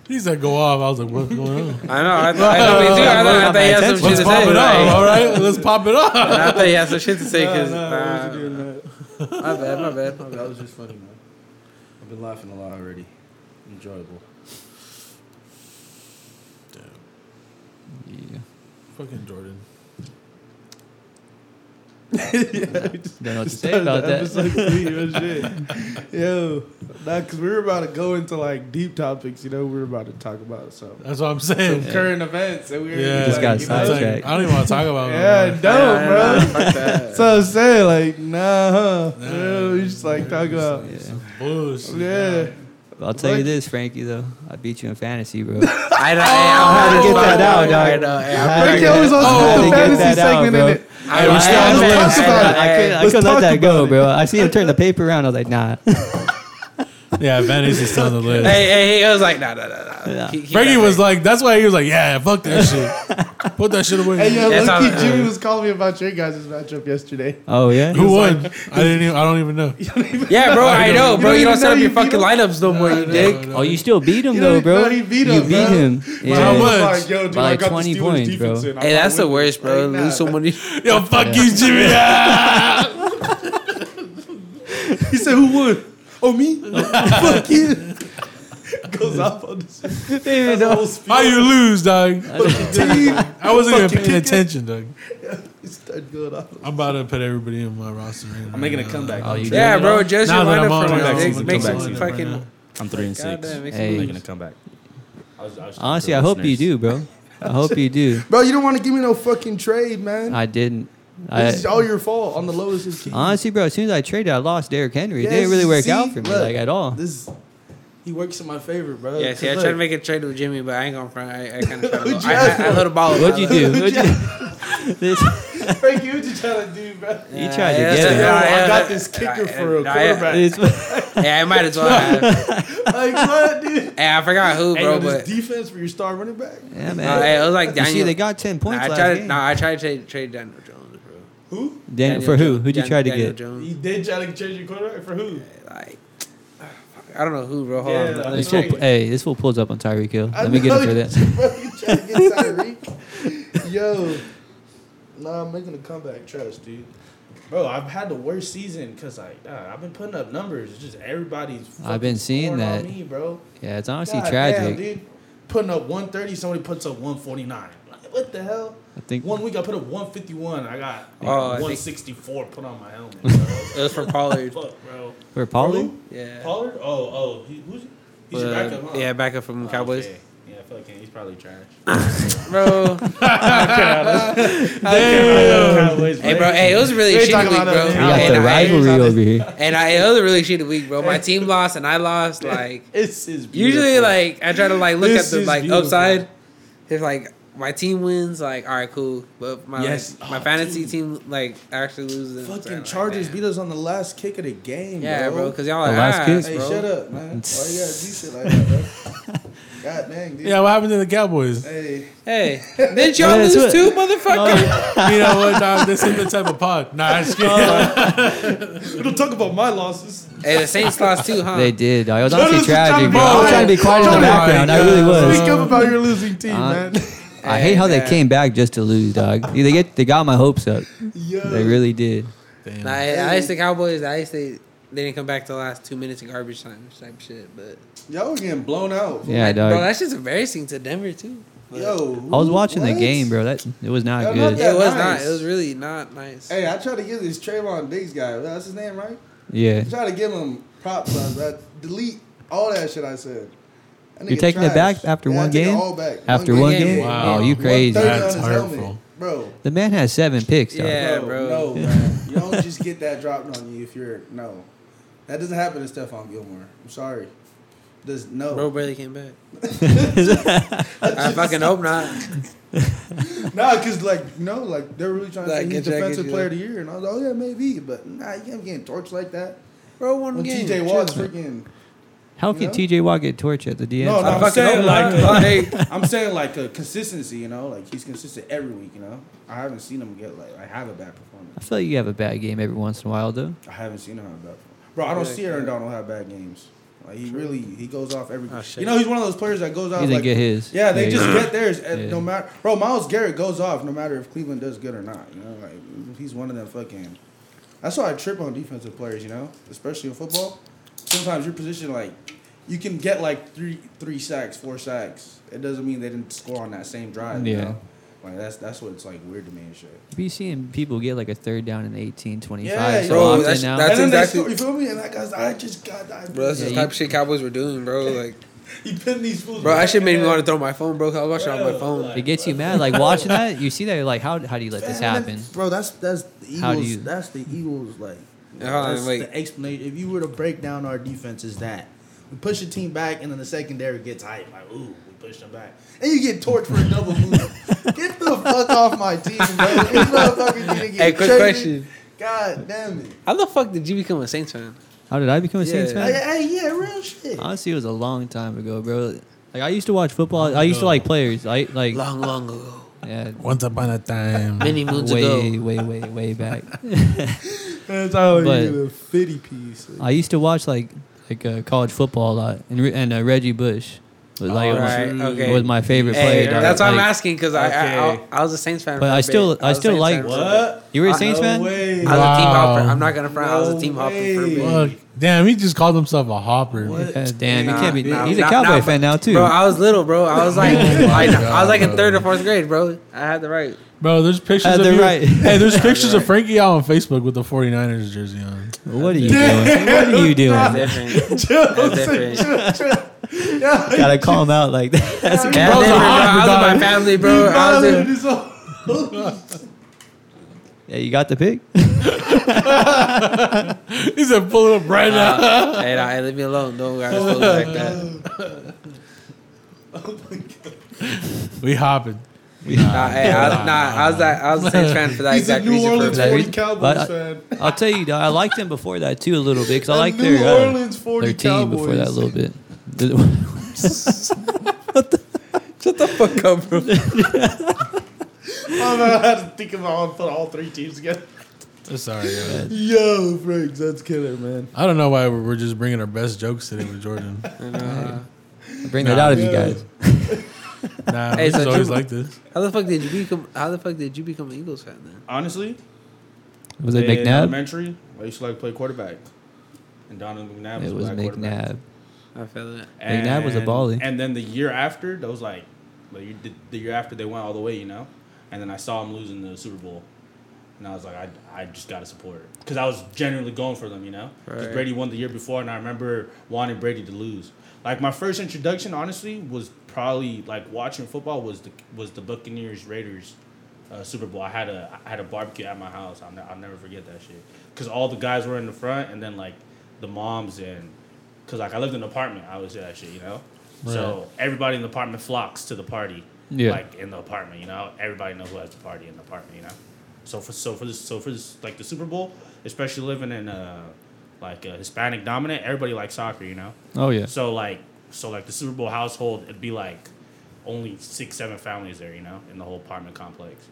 C: He said go off. I was like, what's going on?
E: I know. I, I know me too. I, know, I thought he had some shit
C: Let's
E: to
C: pop
E: say.
C: it
E: like-
C: up. All right, let's pop it up.
E: I thought he had some shit to say. Cause
G: No, no, I wasn't doing
E: nah, my bad, my bad, my
G: Oh, That
E: bad.
G: was just funny, man. I've been laughing a lot already. Enjoyable.
F: yeah.
C: Fucking Jordan.
F: don't know what to say about that.
D: Episode three, oh shit. Yo, nah, cause we were about to go into like deep topics. You know, we were about to talk about some
C: That's what I'm saying.
D: current events, and we were
C: Yeah,
F: just got
C: it's like,
F: sidetracked.
C: I don't even want to talk about it.
D: yeah,
C: anymore.
G: Oh,
D: dope,
E: Nah,
D: bro.
E: nah, fuck that.
D: So I'm saying like, nah, huh?
C: Nah.
D: Yeah, we just like talk about,
F: Yeah.
C: Some bullshit.
D: yeah.
F: I'll tell you
D: Like-
F: this, Frankie. Though I beat you in fantasy, bro.
E: I know.
G: Ah,
E: I
F: to
E: had
F: get that out, dog.
E: I know. hey, I'm
D: Frankie always wants
F: Oh,
D: to put
F: they
D: the
F: get
D: fantasy
F: that out,
D: segment
F: bro.
D: in it.
E: I
D: was
E: I-
D: down
E: I-
D: there. Let's talk about it.
E: I-
F: I couldn't, I
D: Let's
F: couldn't
D: talk
F: let that go,
D: about it.
F: bro. I see him turn the paper around. I was like, nah.
C: Yeah, Vanessa's on the list.
E: Hey, hey, he was like, nah, nah, nah, nah.
F: Yeah.
E: Keep- keep
C: Frankie
E: that
C: was
E: thing.
C: like, that's why he was like, yeah, fuck that shit. Put that shit away.
D: Hey, yo,
E: That's
D: low
E: how-
D: Jimmy was calling me about your guys' matchup yesterday.
F: Oh yeah.
C: Who won? I didn't. Even, I don't even know.
E: yeah, bro. I know,
D: You don't
E: bro. You don't
D: even know
E: set up
D: you
E: your
D: beat
E: fucking
D: him?
E: lineups no more, you dick.
F: Oh, you still beat him
D: You
F: though,
D: don't
F: bro.
D: know he beat
F: you
D: him,
F: beat
D: bro.
F: him. Yeah.
C: How
D: I was
C: much?
D: Like, yo, dude,
F: By
D: I got
F: 20
D: the Steelers
F: points,
D: defense
F: bro.
D: in. I'm
E: Hey, that's the
D: not winning
E: worst, bro.
D: right now.
E: Lose so many.
C: Yo, fuck you, Jimmy. Ah!
D: He said, "Who won? Oh, me? Fuck you!" Goes off on this shit. That's the whole speech.
C: How you lose, dog?
D: team.
C: I wasn't even paying
D: kick it.
C: attention, dog.
D: He started going off.
C: I'm about to put everybody in my roster. Right now.
G: I'm making a comeback.
F: Oh, you
E: Yeah,
F: doing it all?
E: bro. Just
C: Now
E: your
C: that I'm on,
E: lineup for
C: I'm
E: like
G: on
E: makes-
G: the
E: makes
G: comeback
E: some
G: season
C: right now.
E: fucking.
G: I'm three and six.
E: Goddamn, makes
F: Hey.
E: some.
G: Making a comeback. I was, I was
F: Honestly, I hope you do, bro. I hope you do.
D: Bro, you don't want to give me no fucking trade, man.
F: I didn't.
D: this is
F: I
D: all your fault. On the lowest is key.
F: honestly, bro. As soon as I traded, I lost Derrick Henry.
D: Yes,
F: it didn't really work
D: see?
F: out for me,
D: Look,
F: like at all.
D: This he works in my favor,
F: Uh,
D: bro.
E: Yeah, see, I
D: Cause
E: tried to
D: look,
E: make a trade with Jimmy, but I ain't gonna front. I, I kind of tried
D: Who'd
E: to.
D: you
E: I,
D: ask
E: I, I
D: for?
E: let a ball.
F: What'd you do? What'd you, this,
D: Frankie, what you trying to do, bro?
F: you tried to get
D: Yo,
F: it.
D: I got this kicker for a quarterback.
F: This-
E: Yeah, I might as well. Have.
D: Like what, dude?
E: Hey, I forgot who,
D: Hey,
E: bro,
D: yo, this
E: but
D: defense for your star running back.
F: yeah,
E: uh, hey,
F: man.
E: it was like
F: You
E: Daniel.
F: see, they got ten
E: Nah,
F: points
E: I
F: last
E: tried.
F: game.
E: No, I tried to trade, trade Daniel Jones, bro.
D: Who?
F: Dan-
E: Daniel
F: for who?
E: Jo-
F: Who'd you
E: Dan-
F: try to
E: Daniel
F: get?
E: Jones.
D: He did try to change your quarterback for who?
E: Like, fuck, I don't know who, bro. Hold
D: Yeah,
E: on.
D: I
E: Let me
F: This fool,
E: check.
F: hey, this fool pulls up on Tyreek Hill.
D: I
F: Let me get
D: know
F: him for
D: you-
F: that.
D: Bro, you trying to get Tyreek? Yo, nah, I'm making a comeback. Trust, dude.
G: Bro, I've had the worst season because like uh, I've been putting up numbers. It's just everybody's. fucking
F: been seeing
G: scoring on
F: that.
G: me, bro.
F: Yeah, it's honestly
G: God
F: tragic.
G: Damn, dude. Putting up 130, somebody puts up 149. Like, what the hell?
F: I think
G: One week I put up 151. I got
E: Oh, I think-
G: 164 put on my helmet. Bro.
E: It was for Pollard.
G: Fuck, bro.
F: for Paulie.
E: Yeah.
G: Pollard? Oh, oh, he, who's he's
E: Uh,
G: your backup? Huh?
E: yeah, backup from
G: Oh,
E: the Cowboys,
G: okay. Yeah, I feel like he's probably trash.
E: bro.
G: Cowboys,
E: Hey, bro. Hey, it was a really
D: We ain't
E: shitty
D: talking
E: week,
D: about
E: bro.
D: that.
F: We got
E: And
F: the
E: I-
F: rivalry over here.
E: And I, it was a really shitty week, bro. My team lost and I lost. Like,
G: This is beautiful.
E: Usually, like I try to like look
G: This
E: at the
G: is
E: like
G: beautiful.
E: upside. If like my team wins, like all right, cool. But if my
D: Yes.
E: my
D: Oh,
E: fantasy
D: dude.
E: team like actually loses. it's
D: Fucking
E: like,
D: Chargers
E: damn.
D: beat us on the last kick of the game,
E: Yeah, bro,
D: bro.
E: because y'all like,
F: The last
E: ass,
F: kick?
D: hey,
E: bro.
D: shut up, man. Why you gotta do shit like that, bro? God dang, dude.
C: Yeah, what happened to the Cowboys?
D: Hey,
E: Hey, didn't y'all
F: that's
E: lose
F: what-
E: too, motherfucker?
C: you know what? Nah, this ain't the type of pod. Nah, I'm just kidding.
D: we don't talk about my losses.
E: hey, the Saints lost too, huh?
F: They did. I was
D: Jonas
F: honestly
D: was trying
F: tragic.
D: to
F: bro. I was
D: be
F: trying to be quiet in the
C: Jonas.
F: background. I really was.
A: Speak up about your losing team,
F: uh,
A: man.
F: I hate how they
E: Yeah.
F: came back just to lose, dog. They get they got my hopes up. They really did.
E: Nah, I, I used to Cowboys. I used to. They didn't come back to the last two minutes of garbage time type shit. But
D: Y'all were getting blown out.
F: Yeah,
E: bro,
F: dog.
E: that shit's embarrassing to Denver too. But
D: Yo,
F: I was watching the
D: what?
F: game, bro. That it was
D: Yeah,
F: not
D: not
F: good.
D: that-
E: it was
D: nice.
E: not. It was really not nice.
D: Hey, I tried to give this Trayvon Diggs guy. That's his name, right?
F: Yeah.
D: I tried to give him props. I that delete all that shit I said. That
F: You're
D: nigga
F: taking it
D: trash.
F: back after
D: Yeah, I
F: one
D: took it
F: game?
D: all back.
F: After one
E: game?
F: game?
C: Wow.
F: Oh, you crazy.
D: 130 on
C: That's
D: his
C: hurtful.
D: helmet. bro.
F: The man has seven picks, dog.
E: Yeah, bro.
D: bro, No, man. You don't just get that dropped on you if you're no. That doesn't happen to Stephon Gilmore. I'm sorry. Does no.
E: Bro barely came back. I fucking hope not.
D: Nah, cause like no, like they're really trying to
E: Like,
D: say he's
E: get Jack,
D: defensive
E: get
D: player of the year, and I was like, oh yeah, maybe, but nah, you can't get torched like that.
E: Bro, one
D: When
E: game.
D: TJ Watt's freaking.
F: How can
D: Yeah.
F: TJ Watt get torched at the DN?
D: No, no,
E: I
D: I'm,
E: fucking
D: saying
E: hope
D: like
E: not.
D: uh,
E: Hey.
D: I'm saying like a consistency, you know, like he's consistent every week, you know. I haven't seen him get like I have a bad
F: I
D: performance.
F: feel like you have a bad game every once in a while, though.
D: I haven't seen him have a bad. Performance. Bro, I don't
E: Yeah,
D: see Aaron
E: yeah.
D: Donald have bad games. Like he really he goes off every.
E: Oh, shit.
D: you know, he's one of those players that goes
F: He
D: off.
F: didn't
D: like,
F: get his.
D: Yeah, they just
F: you go.
D: get theirs. and
F: Yeah.
D: No matter, bro, Miles Garrett goes off no matter if Cleveland does good or not. You know, like he's one of them fucking. That's why I trip on defensive players. You know, especially in football. Sometimes your position, like, you can get like three, three sacks, four sacks. It doesn't mean they didn't score on that same drive. You
F: Yeah.
D: know? Like that's that's what's like weird to me and shit.
F: You be seeing people get like a third down in 18, 25
D: Yeah,
F: so
D: bro,
F: often
E: that's-
F: now.
E: that's-
D: and then
E: exactly-
D: they score, you feel me? And that guy's, I just got that.
E: Bro, that's
F: Yeah,
E: the
F: you-
E: type of shit Cowboys were doing, bro. Like,
D: He pinned these fools.
E: bro, that
D: back
E: shit made me
D: in.
E: want to throw my phone, bro. 'cause I was watching it on my
D: Bro,
E: phone.
F: it gets you mad. Like watching that, you see that. You're like, how how do you let this
D: Man,
F: happen?
D: that's- bro. That's that's the Eagles.
F: How do you-
D: That's the Eagles. Like
E: Yeah, hold on,
D: that's
E: wait.
D: the explanation. If you were to break down our defense, is that we push the team back, and then the secondary gets hype. Like, ooh, we push them back, and you get torched for a double move. get the fuck off my team, bro. This motherfucker didn't get
E: Hey, quick
D: traded.
E: question.
D: God damn it.
E: How the fuck did you become a Saints fan?
F: How did I become a
E: Yeah.
F: Saints fan?
D: Hey, hey, yeah, real shit.
F: Honestly, it was a long time ago, bro. Like I used to watch football. I used to like players. I like
E: Long, long ago.
F: yeah,
C: Once upon a time.
E: Many moons
F: way,
E: ago.
F: way, way, way back.
A: That's how you
F: But-
A: get a fitty piece.
F: I used to watch like like uh, college football a lot, and, re- and uh, Reggie Bush was like
E: Alright,
F: my,
E: okay.
F: was my favorite
E: Hey,
F: player. dog.
E: that's why I'm
F: Like,
E: asking, because I, I,
D: Okay.
E: I, I was a Saints fan.
F: But
E: for
F: I
E: a
F: still-
E: bit.
F: I
E: was a
F: still
E: Saints
F: like-
E: fan for a bit.
D: What?
F: You were a
E: I-
F: Saints
D: No
F: fan?
D: way.
E: I was a team
C: Wow.
E: hopper. I'm not gonna front. I was a team
D: No
E: hopper for a
D: way.
E: bit.
C: Fuck. Damn, he just called himself a hopper.
F: Yeah, damn,
E: Nah,
F: you can't be.
E: nah,
F: he's a
E: nah,
F: Cowboy
E: nah,
F: fan now too.
E: Bro, I was little, bro. I was like, like I was like in
C: bro.
E: third or fourth grade, bro. I had the right.
C: Bro, there's pictures
F: Uh,
C: of
F: they're
C: you.
F: right.
C: Hey, there's pictures of Frankie out on Facebook with the 49ers jersey on.
F: what are you doing? What are you doing?
E: Different. That's different.
F: Gotta call him out like that. That's
E: Yeah,
C: Bro's a
E: different, bro. I
C: hopper,
E: was with
C: dog.
E: my family, bro. I was in,
F: yeah, you got the pick.
C: He's a pull it up right now.
E: hey, nah, hey, leave me alone. Don't gotta expose me like that.
C: We hopping.
E: Nah, hey, I, nah, I was that. I was a Saints fan for that
D: He's a
E: exact
D: New
E: reason. for a
D: Orleans
E: bit.
D: 40
F: reason.
D: Cowboys
F: But- uh,
D: fan.
F: I'll tell you, though, I liked them before that too a little bit because I
D: A
F: like
D: New
F: their uh,
D: Orleans 40
F: their team before that a
D: Cowboys.
F: little bit.
E: Shut the fuck up, bro.
D: I don't know how to think about all, put all three teams together.
C: Sorry, yo.
D: Yo, Franks, that's killer, man.
C: I don't know why we're we're just bringing our best jokes today with Jordan.
E: And, uh,
F: Bring that out of you
D: Yeah.
F: guys.
C: Nah,
E: Hey,
C: he's
E: so
C: always
E: Jim-
C: like this.
E: how the fuck did you become? How the fuck did you become an Eagles fan then?
D: Honestly,
F: Was it
D: in
F: McNabb?
D: elementary, I used to like play quarterback, and Donovan McNabb was,
F: It was
D: my quarterback.
F: McNabb.
E: I feel it.
D: And,
F: McNabb was a baller.
D: And then the year after, that was like, like you did, the year after they went all the way, you know. And then I saw them losing the Super Bowl, and I was like, I, I just gotta support it because I was genuinely going for them, you know. 'Cause
E: Right.
D: Brady won the year before, and I remember wanting Brady to lose. Like my first introduction, honestly, was probably like watching football was the was the Buccaneers Raiders uh, Super Bowl. I had a I had a barbecue at my house. I'll, ne- I'll never forget that shit because all the guys were in the front, and then like the moms and because like I lived in an apartment. I was at that shit, you know.
F: Right.
G: So everybody in the apartment flocks to the party.
F: Yeah.
G: Like in the apartment, you know, everybody knows who has the party in the apartment, you know. So for so for this so for this like the Super Bowl, especially living in uh like a Hispanic dominant, everybody likes soccer, you know.
F: Oh yeah.
G: So like so like the Super Bowl household, it'd be like only six, seven families there, you know, in the whole apartment complex.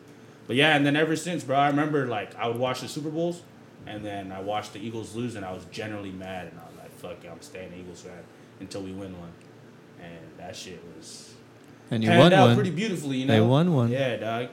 G: But yeah, and then ever since, bro, I remember like I would watch the Super Bowls and then I watched the Eagles lose and I was generally mad and I was like, fuck it, I'm staying an Eagles fan until we win one. And that shit was
F: And you
G: panned
F: won
G: out
F: one.
G: pretty beautifully, you know.
F: They won one.
G: Yeah, dog.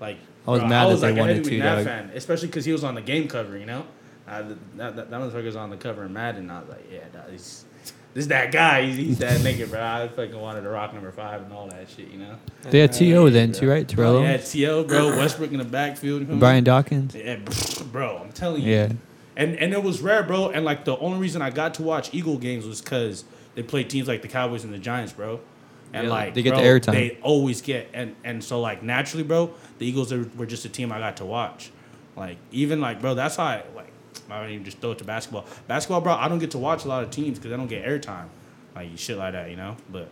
G: Like
F: I was mad that they
G: a
F: won it
G: heavy
F: too,
G: Matt
F: dog.
G: fan, especially because he was on the game cover, you know. I, that, that, that motherfucker's on the cover of Madden. I was like, yeah, dog, he's, this is that guy. He's, he's that nigga, bro. I fucking wanted to rock number five and all that shit, you know.
F: They had T.O. then too, right? Terrell,
G: Yeah, T.O., bro. Westbrook in the backfield. you feel me?
F: Brian Dawkins.
G: Yeah, bro, I'm telling you.
F: Yeah.
G: And and it was rare, bro. And like the only reason I got to watch Eagle games was because they played teams like the Cowboys and the Giants, bro. And
F: Yeah,
G: like
F: they get the
G: bro,
F: airtime.
G: They always get and and so like naturally, bro, the Eagles are, were just a team I got to watch. Like even like bro, that's how I like. I don't even just throw it to basketball. Basketball, bro, I don't get to watch a lot of teams because I don't get airtime, like shit like that, you know. But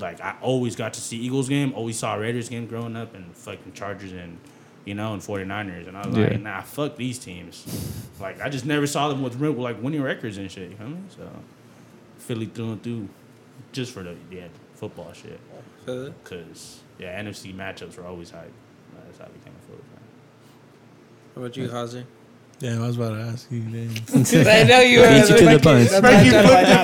G: like I always got to see Eagles game, always saw Raiders game growing up, and fucking Chargers and you know and 49ers, and I was
F: Yeah.
G: like, nah, fuck these teams. Like I just never saw them with real- like winning records and shit. You know what I mean? So Philly through and through, just for the yeah football shit.
E: So,
G: Cause yeah, NFC matchups were always hype. That's how I became a Philly fan.
E: how about you, Hazi?
C: Damn, I was about to ask you. Damn.
E: I know you
F: Beat you to the punch.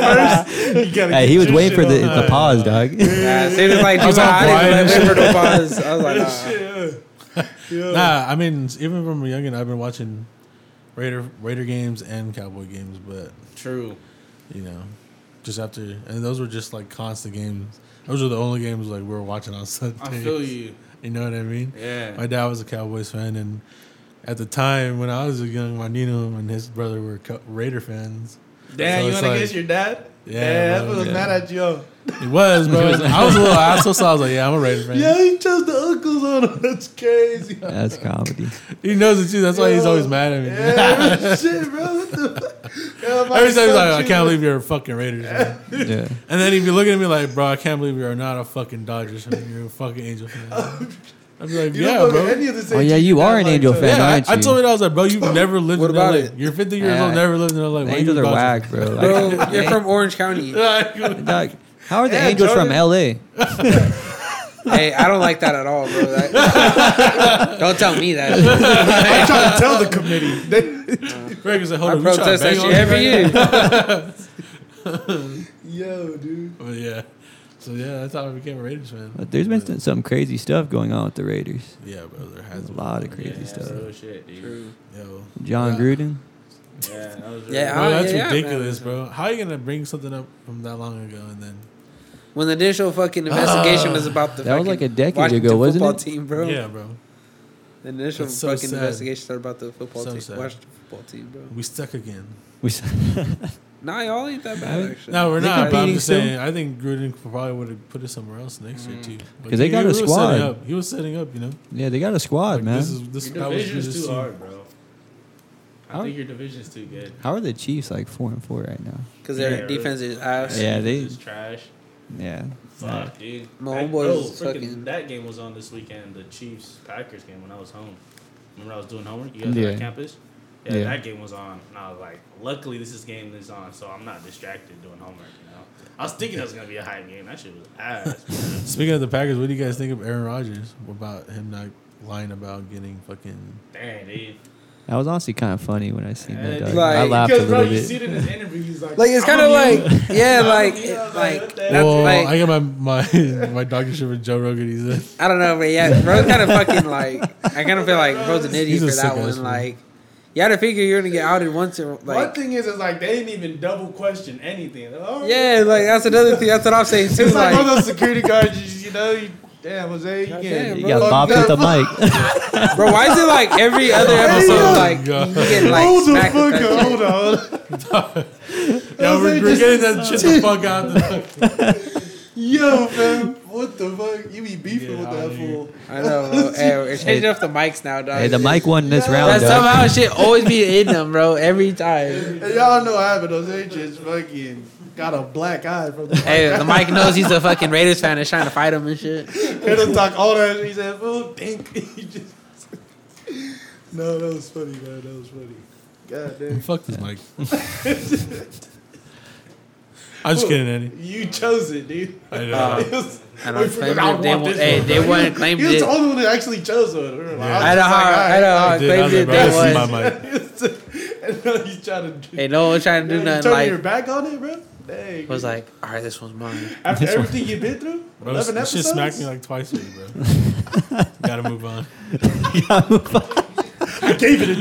F: Hey, he was waiting for the, the pause, dog.
E: Yeah, see, it's like, I was
C: on
E: I
C: Brian.
E: didn't remember the pause. I was like, nah.
C: Nah, I mean, even from a youngin, I've been watching Raider Raider games and Cowboy games, but
E: True.
C: you know, just after, and those were just like constant games. Those were the only games like we were watching on Sunday.
D: I feel you.
C: You know what I mean?
D: Yeah.
C: My dad was a Cowboys fan, and at the time when I was young, my Nino and his brother were Co- Raider fans.
D: Damn,
C: So
D: you
C: it's
D: want to
C: like-
D: get your dad?
C: Yeah,
D: Damn,
C: bro,
D: I was
C: yeah.
D: mad at you.
C: It was, bro. I was a little asshole, so I was like, "Yeah, I'm a Raider fan."
D: Yeah, he chose the uncles on him. That's crazy.
F: That's comedy.
C: He knows it too. That's why he's always mad at me.
D: Yeah, shit, bro. What the fuck? Yeah, I'm
C: Every time he's
D: upset
C: like, "I
D: you.
C: can't believe you're a fucking Raiders fan."
F: Yeah.
C: And then he'd be looking at me like, bro, I can't believe you're not a fucking Dodgers fan. You're a fucking Angel fan. I'd be like,
D: You
C: yeah,
D: don't know
C: bro.
D: any of this
F: Oh
D: shit
F: yeah, you
D: that
F: are an
D: like
F: Angel
D: that.
F: fan,
C: yeah,
F: aren't you?
C: I, I told him, I was like, bro, you've never lived
E: What
C: in
E: about
C: LA.
E: it?
C: You're 50 years
F: Yeah.
C: old, never lived in LA. Why
F: the
C: you
F: Angels
C: a
F: are
C: Dodger
F: whack, bro. Like,
E: Bro, you're from Orange County.
F: dog, how are the
D: Yeah,
F: Angels from
D: Jordan.
F: L.A.?
E: hey, I don't like that at all, bro. That- don't tell me that shit.
D: I'm trying to tell the committee. They,
C: fan? Greg was like, hold
E: I
C: on, we trying
E: protest
C: to bang
E: that shit
C: on you,
E: every
C: right?
E: year.
D: yo, dude.
C: But yeah. So yeah, that's how I became a Raiders fan.
F: But there's been some crazy stuff going on with the Raiders.
C: Yeah, bro, there has
F: There's a
C: been.
F: lot of crazy stuff.
G: Real shit, dude.
C: Yo.
F: John
C: Yeah.
F: Gruden.
G: Yeah, that was
E: Yeah,
C: Bro,
E: I-
C: that's
E: yeah, yeah,
C: ridiculous, bro. How are you gonna bring something up from that long ago and then?
E: man. When the initial fucking investigation was about the
F: That was
E: fucking
F: like a decade
E: Washington
F: ago, wasn't
E: football
F: it?
E: team, bro.
C: Yeah, bro.
E: The initial
C: That's so
E: fucking
C: sad.
E: investigation started about the football
C: So
E: team,
C: sad.
E: Washington football team, bro.
C: We stuck again.
F: We s-
E: Nah, y'all ain't that bad actually.
C: No, we're
F: They
C: not. But I'm
F: competing
C: just
F: still?
C: saying. I think Gruden probably would have put it somewhere else next year too. But
F: Mm. 'Cause they
C: he-
F: got
C: he
F: a
C: was setting
F: squad.
C: up. He was setting up. You know,
F: yeah, they got a squad,
C: Like,
F: man.
C: This is this
G: Your
C: that was
G: division's too
C: just-
G: hard, bro. I
F: Huh?
G: think your division's too good.
F: how are the Chiefs like four and four right now?
E: Because their
G: Yeah.
E: defense is ass.
F: Yeah, they.
G: It's trash.
F: Yeah.
G: Fuck, dude.
E: My
G: That-
E: homeboy
G: bro,
E: was
G: freaking-
E: fucking-
G: That game was on this weekend, the Chiefs Packers game when I was home. Remember I was doing homework? You guys were
F: Yeah.
G: on campus? Yeah,
F: Yeah.
G: that game was on, and I was like, luckily this is game is on, so I'm not distracted doing homework. You know, I was thinking it was gonna be a hype game. That shit was ass. man.
C: Speaking of the Packers, what do you guys think of Aaron Rodgers? About him not lying about getting fucking.
G: Dang, dude.
F: That was honestly kind of funny when I seen that.
G: Hey,
F: Dog.
E: like-
F: I laughed a
D: Because,
F: little
D: bro, you
F: bit.
D: see it in his interview. He's like,
E: Like it's kind of like yeah, like it,
D: what
E: like
D: the-
E: not-
C: Well,
E: like
C: I got my my my doctorship with Joe Rogan. He's a,
E: I don't know, but yeah, bro's kind of fucking like I kind of feel like bro's an idiot
C: He's a
E: for that
C: sick ass
E: one.
C: fool.
E: Like you got to figure you're gonna get outed once or
D: One
E: like
D: thing is, is like they didn't even double question anything. They're like, "Oh,
E: yeah, like that's another thing. That's what I'm saying too.
D: It's like one
E: Like
D: of those security guards, you- you know. You, damn, Jose, you
E: damn,
D: can't.
F: You
E: bro.
F: got bopped with the mic.
E: bro, why is it like every other episode
C: yeah.
E: like you
C: God.
E: get like
D: Hold the
E: smacked with
D: fuck
E: that
D: up.
E: shit?
D: Hold on.
C: yeah, we're,
D: like
C: we're
D: just-
C: getting that shit the fuck out. The fuck.
D: Yo, fam, what the fuck? You be beefing
C: Get
D: with
C: outta
D: that
C: here.
D: fool.
E: I know. Bro. Hey, we're changing up the mics now, dog.
F: hey, the mic won this round,
E: That
F: dog.
E: somehow shit always be in them, bro. Every time.
D: And y'all know I have it. Jose just fucking Got a black eye from the
E: Hey, the Mike knows he's a fucking Raiders fan and trying to fight him and shit.
D: Hit him talk all that. shit. He said, "Fool, dink." He just. No, that was funny, man. That was funny. God damn.
C: Fuck this mic. I'm just kidding, Eddie.
D: You chose it, dude.
C: I know.
E: Uh, I don't claim it. They, won't, hey, they wouldn't claim
D: You was
E: it.
D: the only one that actually chose one. We were like,
E: I don't know how. I don't know how. I
C: Dude, I
E: Claimed
C: was like,
E: it.
C: bro, this
E: They
C: is
E: won't.
C: my mic.
D: and now you trying to.
E: Hey, no one trying to
D: you
E: do
D: turning
E: nothing.
D: your
E: Like,
D: back on it, bro. Dang.
E: was like, all right, this one's mine.
D: After everything you've been through,
C: Bro, this,
D: eleven
C: this shit
D: episodes.
C: smacked me like twice a week, bro. Gotta move on.
D: I gave it a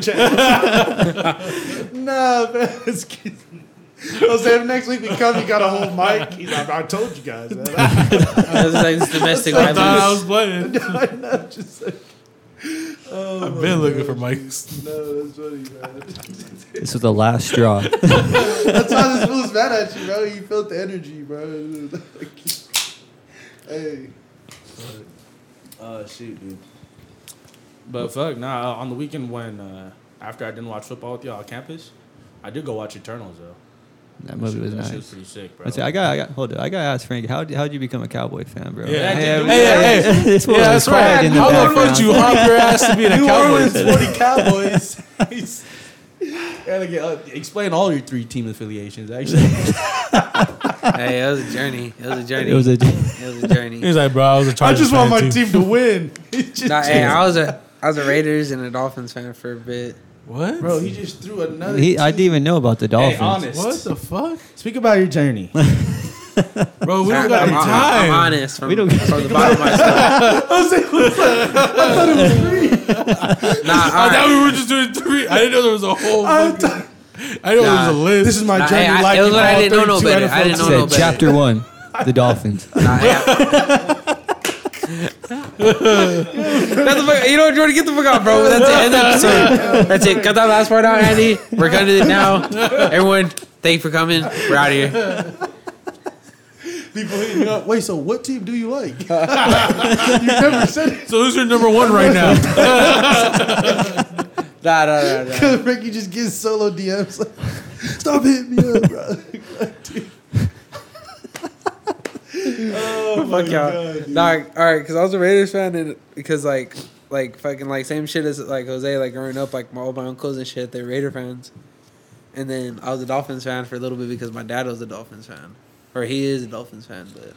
D: chance. nah, man. It's kidding. I'll say if next week we come, you got a whole mic. He's like, I told you guys. Man. I,
E: I was like, this domestic
C: I thought I was
E: violence.
C: playing.
D: I'm not just like, oh,
C: I've
D: my
C: been looking
D: God.
C: for mics.
D: No, that's funny, man.
F: This was the last straw.
D: That's why this fool's mad at you, bro. You felt the energy, bro. hey.
H: Oh shoot, dude.
G: But fuck, nah. uh, On the weekend when uh, after I didn't watch football with y'all on campus, I did go watch Eternals though.
F: That movie was
G: that shit
F: nice.
G: was pretty sick, bro.
F: I say, I got, I got. Hold up, I got to ask Frank. How did, how did you become a Cowboy fan, bro?
C: Yeah.
F: hey,
C: Hey, hey, hey.
F: this one
C: Yeah,
F: was
C: that's
F: quiet
C: right.
F: in the
C: How the
F: background.
C: fuck you hop your ass to being a
G: New
C: cowboy?
G: Orleans,
C: fan?
G: 40 Cowboys. He's- gotta get- uh, explain all your three team affiliations, actually.
E: Hey, it was a journey. It was a journey.
F: It was a.
E: It was a journey.
C: He was like, bro, I was a
D: I
C: Chargers
D: just want
C: fan,
D: my
C: too.
D: team to win.
E: Nah, hey, I was a I was a Raiders and a Dolphins fan for a bit.
C: What?
D: Bro, he just threw another.
F: He, I didn't even know about the
G: hey,
F: Dolphins.
G: honest.
C: what the fuck?
G: Speak about your journey.
C: Bro, we
E: I'm,
C: don't got
E: I'm,
C: any time.
E: I'm honest from,
F: We don't-
E: from the bottom of my soul. Nah,
C: I
E: all right.
C: thought we were just doing three. I didn't know there was a whole.
D: I'm
C: fucking- I didn't know there was a
E: Nah.
C: list.
D: This is my
E: Nah,
D: journey.
E: hey, I-
D: like
E: it was
D: you
E: what I
D: all
E: didn't know no
D: 32
E: better. I
D: NFL
E: didn't know
F: Said,
E: no better.
F: chapter one, the Dolphins.
E: Nah, yeah. That's the fuck, you know what, Jordan? Get the fuck out, bro. That's it. End the episode. That's it. Cut that last part out, Andy. We're cutting it now. Everyone, thank you for coming. We're out of here.
D: People hitting me up. Wait, so what team do you like? you never said it.
C: so who's your number one right now?
E: Nah, nah, nah, nah.
D: Because Ricky just gets solo DMs. Like, Stop hitting me up, bro.
F: Oh
E: fuck
D: Oh
E: y'all. nah, all right, because I was a Raiders fan, and because like, like fucking like same shit as like Jose, like growing up, like my all my uncles and shit, they're Raider fans, and then I was a Dolphins fan for a little bit because my dad was a Dolphins fan, or he is a Dolphins fan, but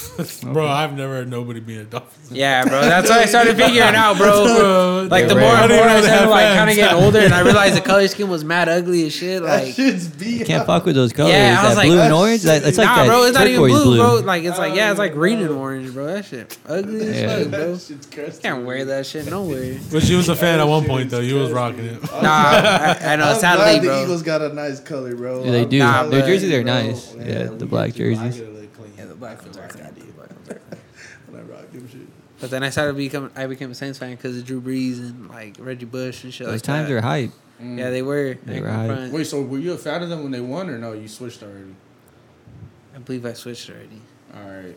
C: bro, I've never heard nobody being a Dolphins fan.
E: yeah, bro, that's what I started figuring out, bro.
C: Bro,
E: Like the
F: They're
E: more
F: Raiders.
E: and more I
C: I didn't know they had
E: started like kind
C: fans.
E: of getting older, and I realized the color scheme was mad ugly as shit, like.
D: Shit's beat.
F: Can't fuck with those colors.
E: Yeah, I was
F: that
E: like,
F: blue and
D: that
F: orange.
D: shit
F: That, it's like
E: nah,
F: that
E: bro, it's not even
F: turquoise
E: blue,
F: blue.
E: bro. Like it's like yeah, it's like green and orange, bro. That shit ugly as
F: Yeah.
E: fuck, bro.
D: That shit's crusty.
E: Can't wear that shit nowhere.
C: but you was a fan at one point though. You was rocking it.
E: Nah, I, I know.
D: I'm
E: sadly,
D: glad the
E: bro.
D: Eagles got a nice color, bro.
F: Yeah, they
D: I'm
F: do.
E: Nah,
D: glad
F: Their
E: but-
F: jerseys are
D: bro.
F: nice.
D: Man,
F: Yeah,
D: we
F: the
D: get
F: black
D: to- I
F: jerseys.
D: gotta look clean.
E: Yeah, the black ones are crappy.
D: when I rock them shit.
E: But then I started becoming. I became a Saints fan because of Drew Brees and like Reggie Bush and shit.
F: Those
E: like
F: times
E: that.
F: are hype.
D: Mm.
E: Yeah, they were.
F: They
E: I
F: were
E: can
F: hype.
E: front.
G: Wait, so were you a fan of them when they won, or no? You switched already.
E: I believe I switched already.
G: All right,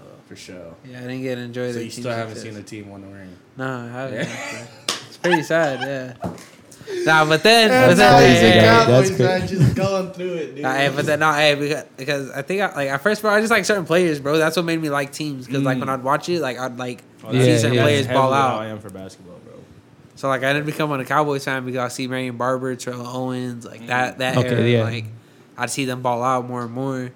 G: Uh, for sure.
E: Yeah, I didn't get to enjoy
G: So
E: the
G: you
E: team
G: still haven't
E: success.
G: seen the team win the ring.
E: No, I haven't. it's pretty sad. Yeah. Nah, but then, but
D: And now
E: then,
D: he's
E: hey,
D: a
E: hey, hey.
D: Cowboys
F: that's crazy.
D: fan just going through it, dude.
E: Nah, hey, but then, nah, hey, because, because I think I, like at first, bro, I just like certain players, bro. That's what made me like teams because
F: Mm.
E: like when I'd watch it, like I'd like
F: that's-
E: see
F: Yeah,
E: certain
F: yeah.
E: players
G: Heavily
E: ball
G: how
E: out.
G: I am for basketball, bro.
E: So like I didn't become a Cowboys fan because I see Marion Barber, Terrell Owens, like that that
F: Okay,
E: era.
F: yeah.
E: Like I'd see them ball out more and more.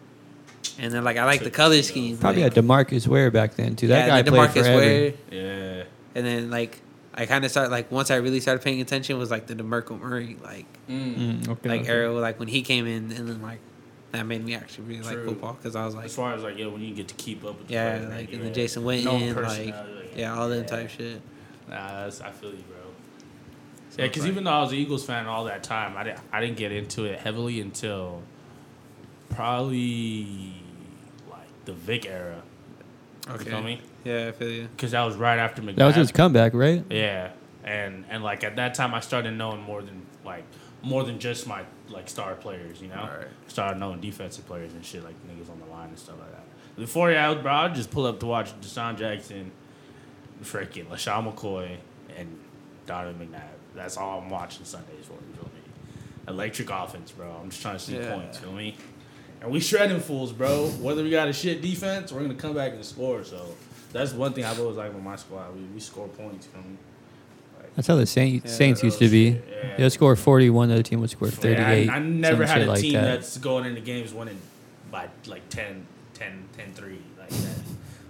E: And then like I like the color scheme.
F: Probably
E: like,
F: had Demarcus Ware back then too. That
E: yeah,
F: guy played forever.
E: Ware.
G: Yeah.
E: And then like I kind of started like once I really started paying attention was like the Demarco Murray like
F: Mm, okay.
E: like era like when he came in and then like that made me actually really like
G: True.
E: football because I was like
G: That's why I was like, yo, when you get to keep up with the
E: yeah
G: players,
E: like
G: you
E: and then
G: know,
E: Jason
G: no
E: Witten like
G: personality, like,
E: yeah all them type shit.
G: Nah, that's, I feel you, bro. Yeah, because even though I was an Eagles fan all that time, I didn't, I didn't get into it heavily until probably like the Vic era. You feel me?
E: Yeah, I feel you.
G: Because that was right after McNabb.
F: that was his comeback, right?
G: Yeah, and and like at that time, I started knowing more than like more than just my like star players. You know, started knowing defensive players and shit like niggas on the line and stuff like that. Before yeah, I was, bro, I'd just pull up to watch Deshaun Jackson, freaking LaShawn McCoy, and Donovan McNabb. That's all I'm watching Sundays for. You feel me? Electric offense, bro. I'm just trying to see
E: Yeah.
G: points. Feel me? and we shredding fools, bro. Whether we got a shit defense, we're gonna come back and score. So that's one thing I've always liked with my squad. We, we score points. You know?
F: That's how the Saints, Saints used to be.
G: Yeah.
F: They'll score 41, the other team would score 38.
G: Yeah, I, I never
F: some
G: had
F: shit
G: a
F: like
G: team
F: that.
G: that's going into games winning by like 10, 10, 10 3 like that.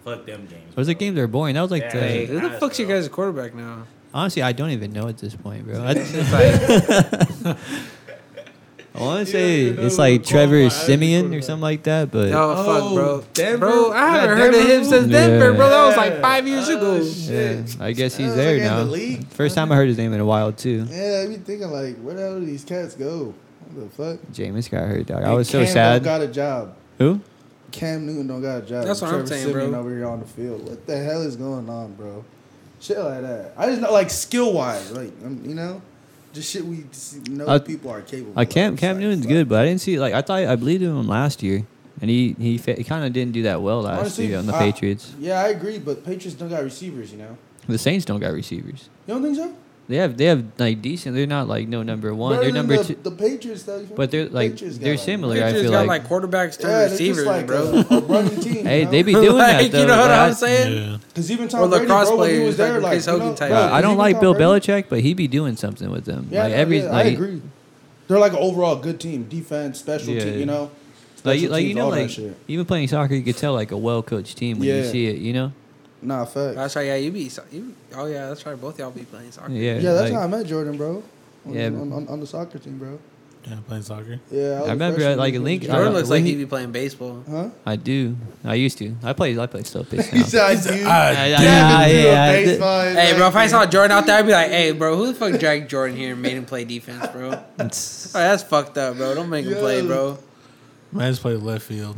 G: Fuck them games.
F: It was a
G: bro.
F: game they're boring. That was like
G: Yeah.
F: the.
E: Who the
G: ass,
E: fuck's your
G: bro.
E: guys' quarterback now?
F: Honestly, I don't even know at this point, bro. I,
E: It's like,
F: I want to
G: don't
F: say
G: even know
F: it's
G: who
F: like
G: to call my
F: Trevor
G: other
F: Simeon or
G: quarterback.
F: something like that, but.
E: oh, fuck,
G: Oh,
E: bro.
G: Denver?
E: Bro, I
G: Yeah,
E: haven't heard of him
G: Denver?
E: since Denver,
F: Yeah.
E: bro. That was like
G: Yeah.
E: five years ago.
F: Yeah, I guess he's
D: Yeah,
F: there
D: like in
F: now.
D: the league.
F: First time I heard his name in a while too.
D: Yeah, I be thinking like, where the hell do these cats go? What the fuck?
F: Jameis got hurt, dog. I was so
D: Cam
F: sad.
D: Don't got a job.
F: Who?
D: Cam Newton don't got a job.
E: That's what I'm saying,
D: Simeon
E: bro.
D: Over here on the field, what the hell is going on, bro? Shit like that. I just know, like skill wise, like um, you know, just shit we just know
F: I-
D: people are capable.
F: Uh,
D: of.
F: Cam
D: It's
F: Cam
D: like,
F: Newton's
D: fuck.
F: good, but I didn't see like I thought I believed in him last year, and he he, fa- he kind of didn't do that well last
D: Honestly,
F: year on uh, the
D: I-
F: Patriots.
D: Yeah, I agree, but Patriots don't got receivers. You know,
F: The Saints don't got receivers.
D: you don't think so?
F: They have they have like decent. They're not like no number one.
D: Better
F: they're
D: than
F: number
D: the,
F: two.
D: The Patriots, though. you feel
F: But
D: me?
F: they're, like,
D: got,
F: they're similar. I
E: Patriots
F: feel
E: got like
F: like-
E: quarterbacks
D: Yeah,
E: turned
D: they're
E: receivers,
D: just like
E: bro.
D: A, a running team.
F: hey,
D: you know?
F: they be doing
E: like,
F: that though.
E: you know what
F: bro.
E: I'm saying?
C: Yeah.
D: Because even
E: Or
D: Tom
E: the
D: Brady, bro, when
E: crossplay,
D: he was there,
E: like,
D: like,
E: Chris
D: you know,
E: Hogan type.
D: bro,
E: Yeah,
F: Uh, I don't
D: even
F: like
D: Tom
F: Bill
D: Brady-
F: Belichick, but he be doing something with them.
D: Yeah,
F: like
D: no,
F: every
D: yeah,
F: like,
D: I agree. They're like an overall good team, defense, special
F: Yeah.
D: team. You know,
F: like, you-
D: Special
F: like you
D: teams,
F: know
D: all that
F: like
D: shit.
F: even playing soccer, you could tell like a well coached team when you
D: Yeah.
F: see it. You know.
D: nah, fact.
E: That's right. Yeah, you be. so- You, oh yeah, that's right. Both y'all be playing soccer.
F: Yeah.
D: yeah, that's
F: like-
D: how I met Jordan, bro. On,
F: Yeah.
D: on, on, on the soccer team, bro.
C: Yeah, playing soccer.
D: Yeah, was
F: I
D: a
F: remember,
D: freshman
F: like,
D: when
F: Link-
D: he was
E: Jordan
F: Uh,
E: looks
F: when
E: like
F: he-
E: he be playing baseball.
D: Huh?
F: I do. I used to. I play. I play still piss
D: He
F: now.
D: said, I do.
C: I
F: I- I-
C: did.
F: I-
D: Yeah,
F: I- I-
D: baseball is
E: Hey,
D: like-
E: bro, if I saw Jordan out there, I'd be like, hey, bro, who the fuck dragged Jordan here and made him play defense, bro? Alright,
F: It's-
E: that's fucked up, bro. Don't make him play,
D: Yo.
E: bro.
C: Man, just play left field.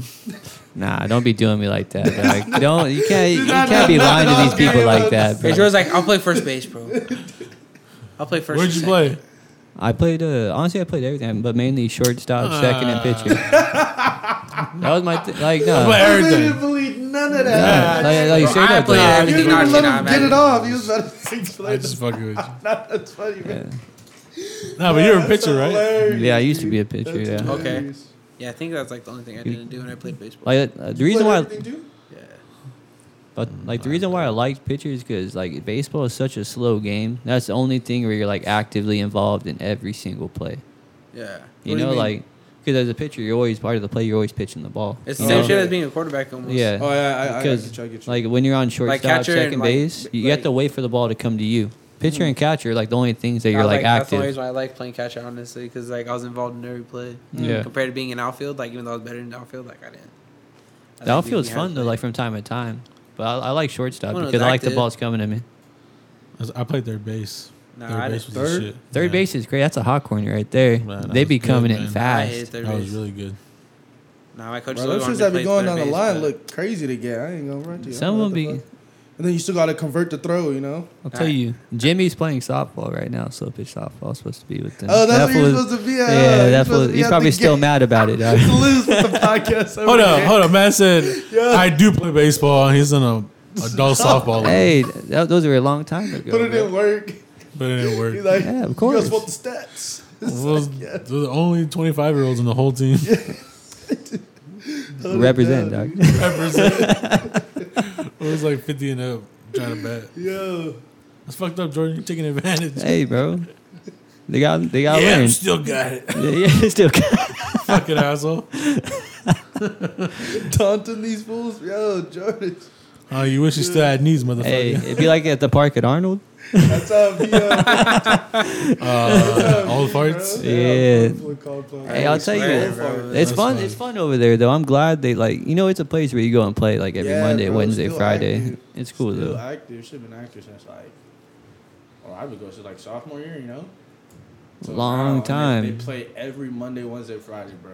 F: Nah, don't be doing me like that. Dog. Don't you can't you
D: not-
F: can't be
D: no,
F: lying
D: no,
F: to these people
D: no.
F: like that.
E: Hey,
F: bro.
E: Jordan's like, I'll play first base, bro. I'll play first.
C: Where'd you play?
F: I played uh, honestly, I played everything, but mainly shortstop,
E: Uh.
F: second, and pitcher. That was my th- like no.
C: Play
F: no,
D: I didn't
C: everything.
D: believe none of that.
F: Like, like straight
E: I
F: up,
E: play
F: dog.
D: You
E: everything.
D: didn't even
E: Nah,
D: let
E: nah,
D: him
E: man.
D: get it off. He was about to
C: I
D: explain.
C: just fucking with you.
D: That's funny, man.
C: Nah, but you're a pitcher, right?
F: yeah, I used to be a pitcher. Yeah,
E: Okay. Yeah, I think that's like the only thing I didn't do when I played baseball.
F: like uh, the reason why,
E: yeah.
F: but, like the reason why I liked pitchers because like baseball is such a slow game. That's the only thing where you're like actively involved in every single play.
E: Yeah.
F: You
E: What do
F: know,
E: mean?
F: like because as a pitcher, you're always part of the play. You're always pitching the ball.
E: It's the
F: you
E: same
F: know?
E: shit as being a quarterback almost.
F: Yeah.
I: Oh, yeah, I, I, I
F: because
I: get you, I get you.
F: like when you're on shortstop,
E: catcher and,
F: second
E: like,
F: base,
E: b-
F: you have
E: like-
F: to wait for the ball to come to you. Pitcher
D: Hmm.
F: and catcher are like the only things that
E: I
F: you're like,
E: That's the only
F: active.
E: reason why I like playing catcher, honestly, because like I was involved in every play. Mm-hmm.
F: Yeah.
E: Compared to being in outfield, like even though I was better in outfield, like I didn't. I
F: The
E: liked
F: outfield's
E: being out-
F: fun though, like from time to time. But I, I like shortstop
E: Well, no,
F: because I like the
E: active.
F: balls coming at me.
C: I played third base.
E: Nah, I
C: third base was
E: didn't-
C: the
D: third?
C: shit.
F: Third
C: Yeah.
F: base is great. That's a hot corner right there.
C: Man, that
F: they
C: was
F: be
C: good,
F: coming in
C: man.
E: I
F: fast.
E: hate third
C: That was
E: base.
C: really good.
E: Nah, my coach.
D: Bro,
E: really
D: those
E: wanted
D: shits
E: me to
D: that be
E: play
D: going
E: third
D: down the
E: base,
D: line
E: but-
D: look crazy to get. I ain't gonna run to you. I
F: Some
D: don't know
F: of
D: what the
F: them be.
D: fuck. And then you still gotta convert the throw, you know?
F: I'll tell you, Jimmy's playing softball right now. Slow pitch softball supposed to be with them.
D: Oh, that's
F: That
D: what you're
F: fool's-
D: supposed to be at.
F: Yeah,
D: You're
F: that
D: supposed to
F: fool.
D: be
F: He's
D: at
F: probably
D: the
F: still
D: game.
F: mad about it. dog.
D: to lose with the podcast. over
C: Hold up,
D: here.
C: hold up. Man said I do play baseball. and He's in a adult softball league,
F: hey, that, those were a long time ago.
D: Put it
F: bro.
D: in work.
C: but it didn't work.
D: He's like,
F: Yeah, of
D: You
F: course.
D: guys want the stats? It's
C: Those-
D: like, yeah,
C: those are the only 25 year olds in the whole team.
D: hold it
F: Represent,
D: down,
F: dog.
C: It was like 50 and up trying to bet.
D: dude. Yo.
C: That's fucked up, Jordan. You're taking advantage.
F: Hey, bro. They got they got
C: yeah,
F: learned.
C: still got it.
F: yeah, yeah, still.
C: Fucking asshole.
D: taunting these fools. Yo, Jordan.
C: Oh, you wish you still had knees, motherfucker.
F: hey, it'd be like at the park at Arnold.
D: That's how he, uh,
C: Uh, all the farts.
F: Yeah.
D: Hey,
F: Hey, I'll tell you, it's
C: That's
F: fun.
C: fun.
F: It's fun over there, though. I'm glad they like. You know, it's a place where you go and play like every
D: Yeah,
F: Monday,
D: bro,
F: Wednesday,
D: still
F: Friday.
D: active.
F: It's cool
G: Still
F: though.
G: active. Should have been active since like, well, I've been Oh, going since like sophomore year, you know? So
F: Long
G: now, I mean,
F: time.
G: They play every Monday, Wednesday, Friday, bro.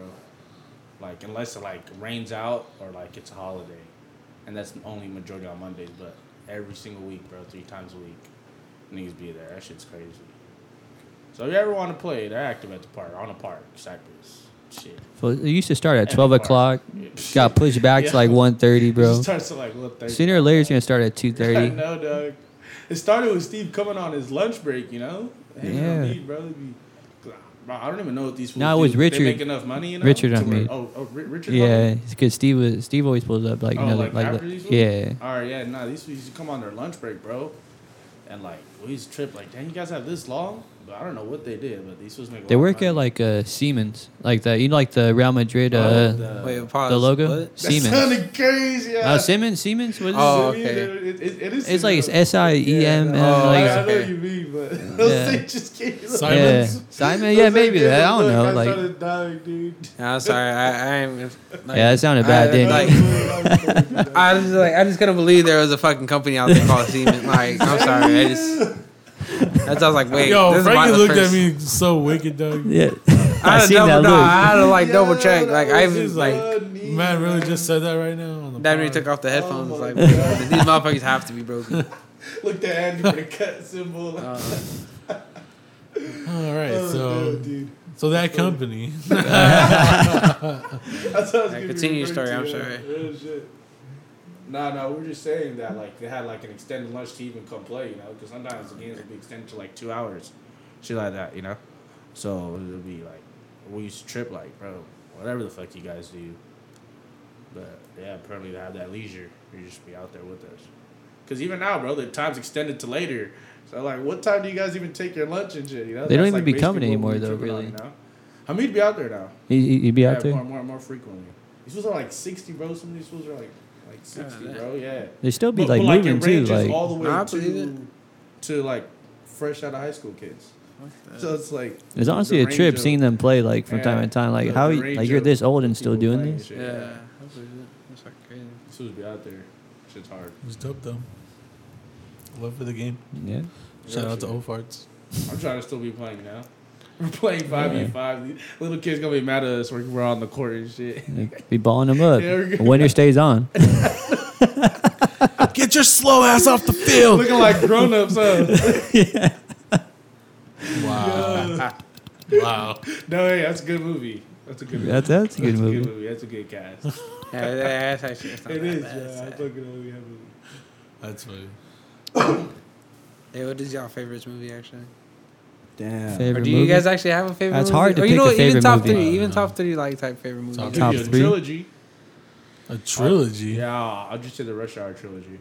G: Like, unless it like rains out or like it's a holiday. And that's only majority on Mondays, but every single week, bro, three times a week. Niggas be there. That shit's crazy. So if you ever want to play, they're active at the park, on the park, Cypress. Shit.
F: So it used to start at
G: Every
F: 12
G: park.
F: o'clock.
G: Yeah.
F: Got pushed back
G: Yeah.
F: to like 1.30, bro.
G: It starts at like what thirty.
F: Sooner or later, it's gonna start at
G: I
F: 2.30.
G: know, dog. It started with Steve coming on his lunch break, you know? Hanging
F: Yeah.
G: on me, bro. It'd be- Bro, I don't even know what these.
F: No,
G: fools
F: it was
G: do. They
F: Richard.
G: make enough money. You know,
F: Richard
G: to
F: on
G: where-
F: me.
G: Oh, oh, Ri- Richard. on me?
F: Yeah, because Steve was, Steve always pulls up like
G: Oh,
F: another
G: like
F: like,
G: after these ones?
F: yeah.
G: All right, yeah, nah, these used to come on their lunch break, bro. And like, we used to trip, like, dang, you guys have this long? But I don't know what they did, but these was make a
F: They
G: lot of
F: work
G: money.
F: at like uh, Siemens, like the you know, like the Real Madrid. Uh,
G: Oh,
F: the,
G: the-
E: Wait, pause.
F: logo
E: What?
F: Siemens.
A: Sounded crazy. Yeah.
F: Uh, Siemens, Siemens. What is it?
E: Oh, okay.
A: It- it- it is
F: It's like it's S I E M.
E: Yeah. Oh,
A: I,
F: like-
A: I know
E: okay.
A: what you mean, but those
F: Yeah.
A: things just gave you the-
F: Yeah,
C: Simon's?
F: Simon. Yeah,
A: those things
F: maybe
A: gave
F: that.
A: you
F: I
A: the
F: don't know.
A: look. I
F: Like,
A: started dying, dude.
E: Nah, I'm sorry. I, I am. Like,
F: yeah, that sounded
E: I-
F: bad, didn't
E: like-
F: it?
E: I was like, I just couldn't believe there was a fucking company out there called Siemens. Like, I'm sorry. I just. That's I was like, wait.
C: Yo,
E: this is why
C: Frankie
E: the
C: looked
E: first-
C: at me so wicked, dog.
F: Yeah,
E: I
F: I
E: had to
F: seen that
E: double down. I
F: look.
E: had to like
A: Yeah,
E: double check.
A: that
E: Like I
A: was
E: even
A: just
E: like
A: funny,
C: Man really
A: man.
C: just said that right now. On the
E: that really
C: pod.
E: took off the headphones.
A: Oh my
E: like
A: God.
E: these motherfuckers have to be broken.
A: looked at Andrew with a cut symbol.
E: Uh,
C: All right,
A: Oh,
C: so
A: no, dude.
C: so that company.
A: That's what I was
E: Yeah,
A: gonna
E: continue your
A: refer
E: story,
A: to,
E: I'm
A: yeah.
E: sorry.
G: Real shit. Nah, nah, we were just saying that, like, they had, like, an extended lunch to even come play, you know, because sometimes the games would be extended to, like, two hours. Shit like that, you know? So it would be, like, we used to trip, like, bro, whatever the fuck you guys do. But, yeah, apparently to have that leisure, you just be out there with us. Because even now, bro, the time's extended to later. So, like, what time do you guys even take your lunch and shit, you know?
F: They don't even
G: like,
F: be coming
G: basically what
F: anymore,
G: we were
F: though,
G: tripping on,
F: really.
G: you know? Hamid be out there now.
F: He, he- he'd be
G: Yeah,
F: out
G: More,
F: there.
G: more, more frequently. These fools are like sixty, bro. Some of these fools are like like sixty, bro. Yeah.
F: They still be
G: But-
F: like
G: but, it
F: moving too.
G: ranges
F: Like
G: all the way
E: Nah, I believe it.
G: to, to like fresh out of high school kids. So it's like
F: it's honestly
G: the
F: a
G: range
F: trip
G: of-
F: seeing them play like from
G: Yeah.
F: time to time. Like
G: the-
F: how
G: the
F: you-
G: range
F: like you're
G: of
F: this old and still
G: people
F: doing
G: playing
F: this.
G: shit,
E: yeah, that's what it is. That's fucking crazy.
G: These fools be out there. Shit's hard.
C: It was dope though. Love for the game.
F: Yeah.
C: Shout out to
G: Gotcha.
C: old farts.
G: I'm trying to still be playing now. We're playing five v five. Little kids gonna be mad at us. We're, we're on the court and shit.
F: Like, Be balling them up.
G: Yeah, we're good.
F: Winter stays on.
C: Get your slow ass off the field.
G: Looking like grown ups, huh?
C: Wow. wow.
G: No, hey, that's a good movie. That's a good. Movie.
F: That's that's a good
G: Good
F: movie.
G: movie. That's a good cast.
E: Yeah, that's actually it's not
G: It
E: that
G: is,
E: bad.
G: yeah. I fucking only have
C: That's funny.
E: Hey, what is y'all favorite movie actually?
D: Damn.
E: Or
F: Favorite
E: do you
F: movie?
E: guys actually have a favorite?
F: That's
E: movie?
F: hard to
E: or you
F: pick
E: know,
F: a
E: what, even
F: favorite
E: top
F: movie.
E: three,
C: I
E: even
C: don't know.
E: top three like type favorite movie.
C: Top
G: Give you a
F: three?
G: trilogy.
C: A trilogy.
G: Yeah, I'll just say the Rush Hour trilogy.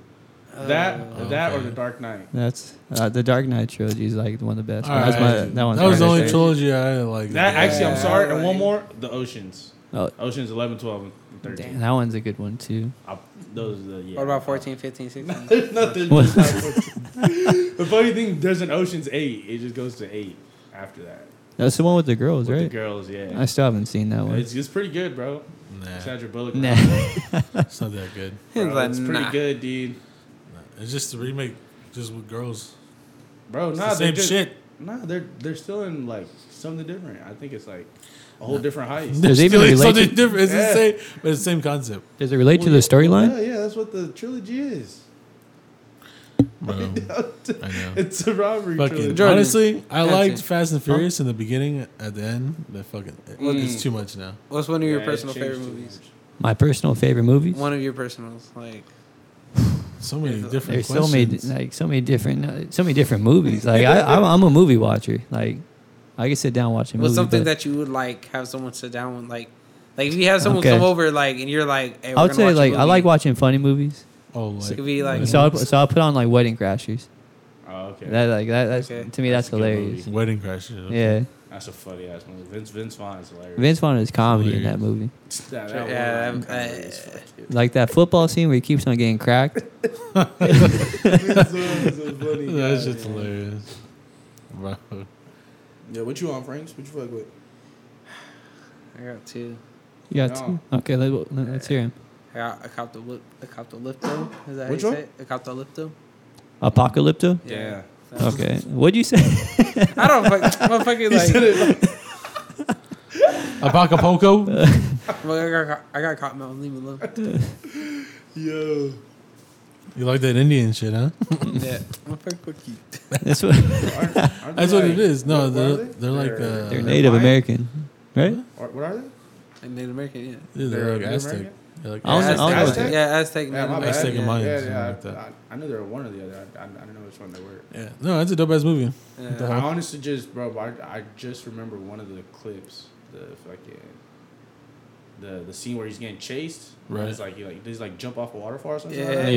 G: That,
F: Oh,
G: that, or
C: Okay.
G: the Dark Knight.
F: That's uh, the Dark Knight trilogy is like one of the best.
C: All
F: That's my,
C: right.
F: that one's
C: That was the
F: my
C: only
F: favorite.
C: trilogy I didn't like.
G: That actually, I'm
E: Yeah,
G: sorry. And one
E: like-
G: more, the Oceans.
F: Oh.
G: Oceans 11, 12, and 13.
F: Damn, that one's a good one too.
G: I, those are the yeah.
E: What about 14, 15, 16?
G: There's nothing.
F: What?
G: just like 14. the funny thing, there's an Oceans eight. It just goes to eight after that.
F: That's the one with the girls,
G: With the
F: right?
G: girls, yeah.
F: I still haven't seen that one.
G: It's, it's pretty good, bro.
C: Nah,
G: Sandra Bullock.
F: Nah.
C: it's not that good.
G: Bro,
E: Like,
G: it's pretty
E: nah.
G: good, dude.
C: Nah. It's just a remake, just with girls.
G: Bro,
C: It's
G: nah,
C: the
G: they
C: same
G: just-
C: shit.
G: No, they're they're still in like something different. I think it's like a whole different heist.
F: Does it
C: It's
F: even
C: really
F: relate
C: something
F: to-
C: different. It's
G: Yeah.
C: the same, but it's the same concept.
F: Does it relate to the
G: Well, yeah,
F: storyline?
G: Yeah, yeah, that's what the trilogy is.
C: Bro, I know.
G: It's a robbery
C: Fucking,
G: trilogy.
E: Jordan.
C: honestly, I
E: Jordan.
C: liked Fast and Furious in the beginning. At the end, but fucking, it-
G: Mm.
C: it's too much now.
E: What's one of your
G: Yeah, it
E: personal
G: changed
E: favorite
G: too
E: movies?
G: much.
F: My personal favorite movies.
E: One of your personals, like
C: So many
E: There's-
C: different
F: There's so
C: questions.
F: many, like so many different, uh, so many different movies. Like I, I'm, I'm a movie watcher. Like I can sit down watching
E: was
F: movies.
E: something
F: but
E: that you would like have someone sit down with, like, like if you have someone
F: Okay.
E: come over, like, and you're like, hey, we're
F: I would
E: gonna
F: say
E: watch a
F: like I
E: movie.
F: like watching funny movies.
C: oh,
E: It
C: like,
E: could be like,
F: So I, so I'll put on like Wedding Crashers.
G: Oh, okay.
F: That like that that's,
E: Okay.
F: to me that's,
G: That's a good
F: hilarious.
C: Wedding Crashers.
F: Yeah,
G: that's a funny ass movie. Vince Vince Vaughn's hilarious.
F: Vince Vaughn is comedy in that movie.
G: that, that
E: yeah,
G: one,
E: I'm- I-
G: hilarious.
F: Like that football scene where he keeps on getting cracked.
G: Vince Vaughn's a funny guy.
C: That's just hilarious, bro.
G: Yeah, what you on, Franks? What you fuck with?
E: I got two.
F: Yeah.
G: No.
F: two. Okay, let, let, let's hear him.
E: I got a cop the lip, a cop the lipto. Is that
G: Which
E: how you
G: one?
E: say it? A cop the lipto.
F: Apocalypto.
G: Yeah.
F: Okay, what'd you say?
E: I don't fuck, motherfucker. Like,
C: Apocapoco.
E: I got, caught- I got caught mountain leave me alone.
G: Yo.
C: you like that Indian shit, huh?
E: Yeah, motherfucker, fuck you.
F: That's what
G: Aren't, aren't
C: That's
G: they,
C: what
G: like,
C: it is. No,
G: what- what are
C: they're,
G: they?
C: they're like
G: They're- uh,
C: the
F: they're Native
G: Hawaiian?
F: American, right?
G: Or- What are they?
E: And Native American, yeah.
C: Yeah,
G: They're
C: they're like
G: Native
C: Aztec.
G: American?
C: You're like,
F: I was-
C: "Aztec-
F: I was-
C: Aztec?"
E: yeah, Aztec.
G: Yeah, my
E: Mayan,
G: bad.
C: Aztec and
E: yeah,
C: Mayan.
G: Yeah,
C: something
G: yeah.
C: like that.
G: I, I knew there were one or the other. I, I, I don't know which one they were.
C: Yeah. No, that's a dope ass movie.
E: yeah.
C: What the
G: I
F: Uh-huh.
C: hell?
G: honestly just, bro, I, I just remember one of the clips, the fucking, the the scene where he's getting chased.
C: Right.
G: It's like he like he's like jump off a waterfall or something. like
E: Yeah,
G: that?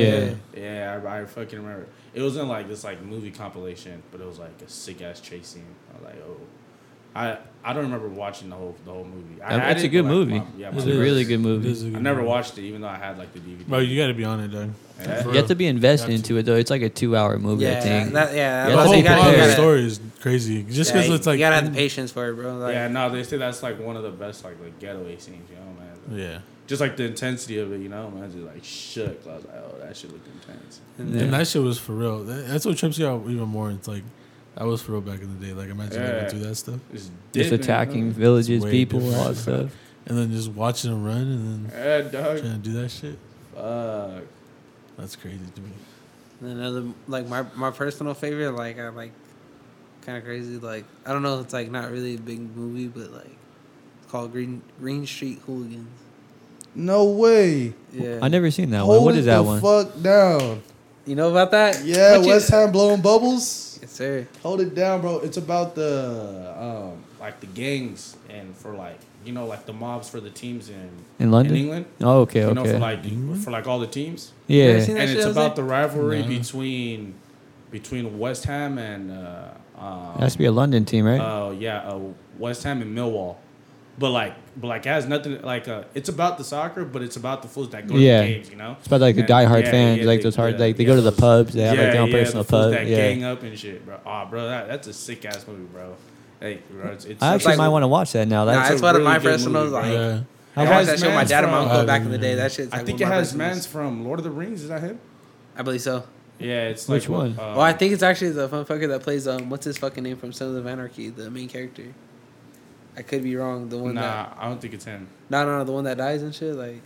E: yeah.
G: Yeah, I, I fucking remember. It was in like this like movie compilation, but it was like a sick ass chase scene. I was like, oh, I I don't remember watching the whole the whole movie. I
F: That-
G: had
F: it's a
G: it,
F: good
G: but, like,
F: movie.
G: my- yeah,
F: It's
G: my-
F: a really good
C: It
F: movie.
C: is a
G: I
C: good
G: never
C: movie.
G: watched it, even though I had like the DVD.
C: Bro, you got to be on it, dog.
G: Yeah.
C: For
F: You have to
C: real.
F: be invested
C: Got
F: into it though. It's like a two-hour movie.
E: yeah,
F: I think.
E: That, yeah,
F: Yeah,
C: The
E: that's
F: that's
E: what
C: whole
E: you gotta,
C: plot
E: you
C: of the
E: gotta,
C: story is crazy. Just
E: yeah,
C: because it's like
E: you gotta have the patience for it, bro. Like,
G: yeah, no, they say that's like one of the best like like getaway scenes, you know, man.
C: Yeah.
G: Just like the intensity of it, you know, man. Just like shook. I was like, oh, that shit looked intense.
E: and then-
C: And that shit was for real. That- That's what trips you out even more. It's like, I was for real back in the day. Like, imagine
G: Yeah.
C: living through that stuff.
G: Just,
F: Just
G: dipping,
F: attacking
G: You
F: villages,
C: Way
F: people,
C: different.
F: all that stuff.
C: And then just watching them run and
G: know? Yeah, dog.
C: then trying to do that shit.
G: Fuck.
C: That's crazy to me.
E: Another like my my personal favorite, like I like kind of crazy. Like I don't know, it's like not really a big movie, but like it's called Green Green Street Hooligans.
D: No way.
E: Yeah,
F: I never seen that
D: Hold
F: one. What
D: it
F: is that
D: the
F: one?
D: fuck down.
E: you know about that?
D: Yeah,
E: What you-
D: West Ham blowing bubbles.
E: Yes, sir.
D: Hold it down, bro. It's about the um,
G: Like the gangs and for like you know like the mobs for the teams in
F: In London?
G: in England.
F: Oh, okay,
G: You know for
F: okay.
G: like for like all the teams.
E: You ever
F: yeah.
E: seen that
G: and
E: shit,
G: it's
E: Jose?
G: about the rivalry
C: No.
G: between between West Ham and uh, um,
F: It has to be a London team, right?
G: uh, yeah, uh, West Ham and Millwall. But like, but like, it has nothing like. Uh, it's about the soccer, but it's about the fools that go
F: Yeah.
G: to the games. You know,
F: it's about like the
G: and-
F: diehard
G: yeah,
F: fans,
G: yeah,
F: like
G: they-
F: those hard,
G: yeah,
F: like they
G: yeah,
F: go to the
G: those-
F: pubs, they have like their own
G: the
F: personal
G: fools
F: pub.
G: That gang
F: Yeah.
G: up and shit, bro. Oh, bro, that, that's a sick ass movie, bro. Like, bro, it's, it's
F: I
G: it's
F: actually
G: a-
F: might want to watch that now.
E: Nah,
F: That's
E: it's
G: a
E: one of
G: really
E: my
G: good
E: personal
G: movie, bro.
E: like.
C: Yeah.
E: I
G: It
E: watched
G: has
E: that show with my
G: Mans
E: dad and my
G: from-
E: uncle
F: uh,
C: Oh,
E: back in the
C: yeah.
E: day. That shit's
G: I
E: like
G: think it
E: one of my
G: has
E: personals.
G: man's from Lord of the Rings. Is that him?
E: I believe so.
G: Yeah, it's like
F: Which one?
G: Uh,
E: well, Oh, I think it's actually the fun fucker that plays um what's his fucking name from Sons of Anarchy, the main character. I could be wrong. The one
G: nah,
E: that
G: I don't think it's him.
E: no no no the one that dies and shit like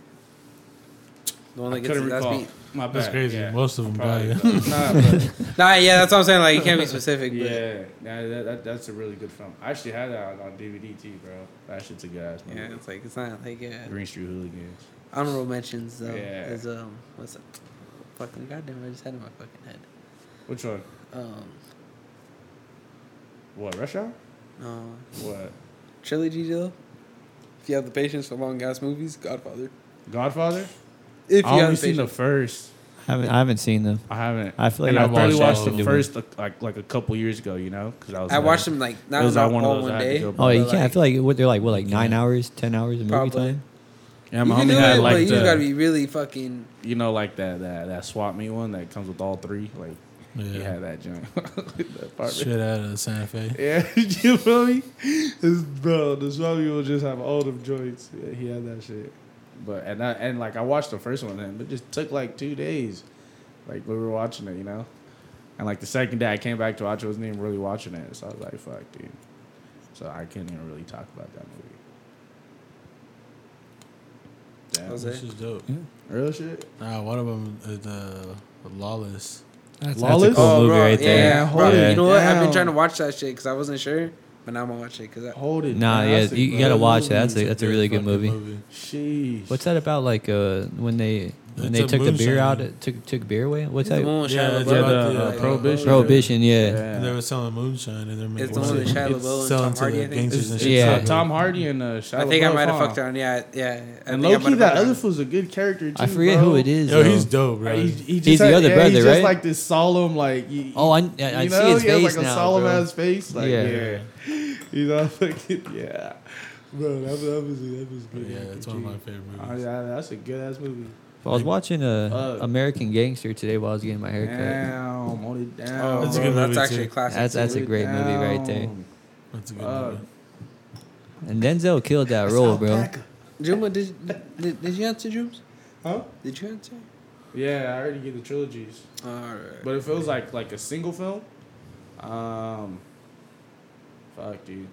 E: the one that
G: I
E: gets
G: couldn't
E: his ass
G: recall.
E: beat.
G: My bad.
C: That's crazy.
G: Yeah.
C: Most of them
G: Probably,
C: die.
G: though. nah, bro.
E: Nah, yeah, that's what I'm saying. Like you can't be specific, but yeah,
G: Yeah, nah, that, that, that's a really good film. I actually had that on, on DVD too, bro. That shit's a good ass movie.
E: it's like it's not like yeah.
G: Green Street Hooligans.
E: Honorable mentions though
G: Yeah.
E: is um what's up? Fucking goddamn, I just had it in my fucking head.
G: Which one?
E: Um,
G: What, Rush Hour?
E: no
G: What?
E: trilogy deal. If you have the patience for long ass movies, Godfather.
G: Godfather?
E: If you
G: I only
E: have the
G: seen the
E: patience,
G: first.
F: I haven't, I haven't seen them.
G: I haven't.
F: I feel like
G: and I
F: I've
G: barely
F: watched
G: watched
F: all of
G: the
F: them.
G: first like, like like a couple years ago, you know, because I was.
E: I
G: like-
E: watched them like not,
G: It was
E: not
G: like one of
E: all
G: those
E: one
G: I had to
E: day.
G: go
F: Oh,
G: But
F: you
E: like-
F: can't. I feel like what they're like, what, like nine hours, ten hours of movie
E: Probably.
F: time?
G: Yeah,
E: You
G: my
E: can
G: homie
E: do
G: had
E: it, but
G: like
E: you gotta
G: the,
E: be really fucking.
G: you know, like that that that swap meet one that comes with all three. Like he
C: Yeah.
G: had that joint. that apartment.
C: Shit out of Santa Fe.
G: Yeah, you feel me? It's, bro, the Swami will just have all them joints. Yeah, he had that shit. But and I, and like I watched the first one then, but it just took like two days. Like we were watching it, you know? And like the second day I came back to watch it, I wasn't even really watching it. So I was like, fuck dude. So I couldn't even really talk about that movie. Damn.
E: Jose.
C: This is dope.
G: Real shit?
C: Nah, one of them is uh, Lawless. That's,
G: Lawless?
C: That's a cool
E: Oh,
F: movie
E: bro,
F: right there.
E: yeah, bro.
F: Yeah.
E: You know what? I've been
G: Damn.
E: trying to watch that shit because I wasn't sure, but now I'm gonna watch it because I.
G: Hold it.
F: Nah,
G: down.
F: yeah,
G: That's a
F: you, you
G: good
F: gotta watch that.
G: movie.
F: That's a, that's a really good movie.
G: Sheesh.
F: What's that about? Like uh, when they when
C: It's
F: they
C: a
F: took the beer
C: moonshine.
F: out, it took took beer away. What's
E: It's the
F: that?
E: one with
C: Yeah,
E: Shia
C: it's
E: LaBeouf.
C: about the, uh,
E: Like,
G: prohibition.
F: Prohibition. Yeah.
G: Yeah.
C: They were selling moonshine and they're making
E: It's the one with Shia
C: it's
E: LaBeouf and
C: selling
E: Tom
C: to
E: Hardy, I
C: the
E: think.
C: gangsters and shit.
F: Yeah.
G: Uh,
C: Chicago.
G: Tom Hardy and uh, Shia
E: I think I
G: LaBeouf,
E: might have
G: huh?
E: fucked on. Yeah, yeah. I
G: And
E: think I
G: low
E: might
G: key,
E: have
G: that
E: fucked
G: other
E: on.
G: fool's a good character too.
F: I forget
G: bro.
F: who it is.
C: Yo,
F: though.
C: he's dope,
G: Uh,
C: bro.
G: He, he just
F: He's the
G: had-
F: other
G: yeah,
F: brother,
G: he's just
F: right?
G: like this solemn, like you,
F: Oh, I, I, I
G: you
F: see
G: know,
F: his
G: he has
F: face
G: like a
F: now,
G: solemn
F: bro.
G: ass face, like
F: Yeah.
G: yeah, you know, fucking yeah, bro, that was that was, that was good.
C: yeah, that's one of my favorite
G: Oh,
C: movies.
G: yeah, that's a good ass movie.
F: I was watching uh,
G: Fuck.
F: American Gangster today while I was getting my hair cut.
G: Damn, hold it down.
E: Oh,
C: That's a
E: bro,
C: good
E: that's
C: movie,
E: actually a
C: too.
E: classic.
F: That's that's a
G: Hold it
F: great movie right there.
G: down.
C: That's a good
G: Uh,
C: movie.
F: And Denzel killed that role, bro.
E: Juma, did, did did you answer, Jums?
G: Huh?
E: Did you answer?
G: Yeah, I already get the trilogies,
E: All right.
G: but if it was like like a single film, um, fuck, dude,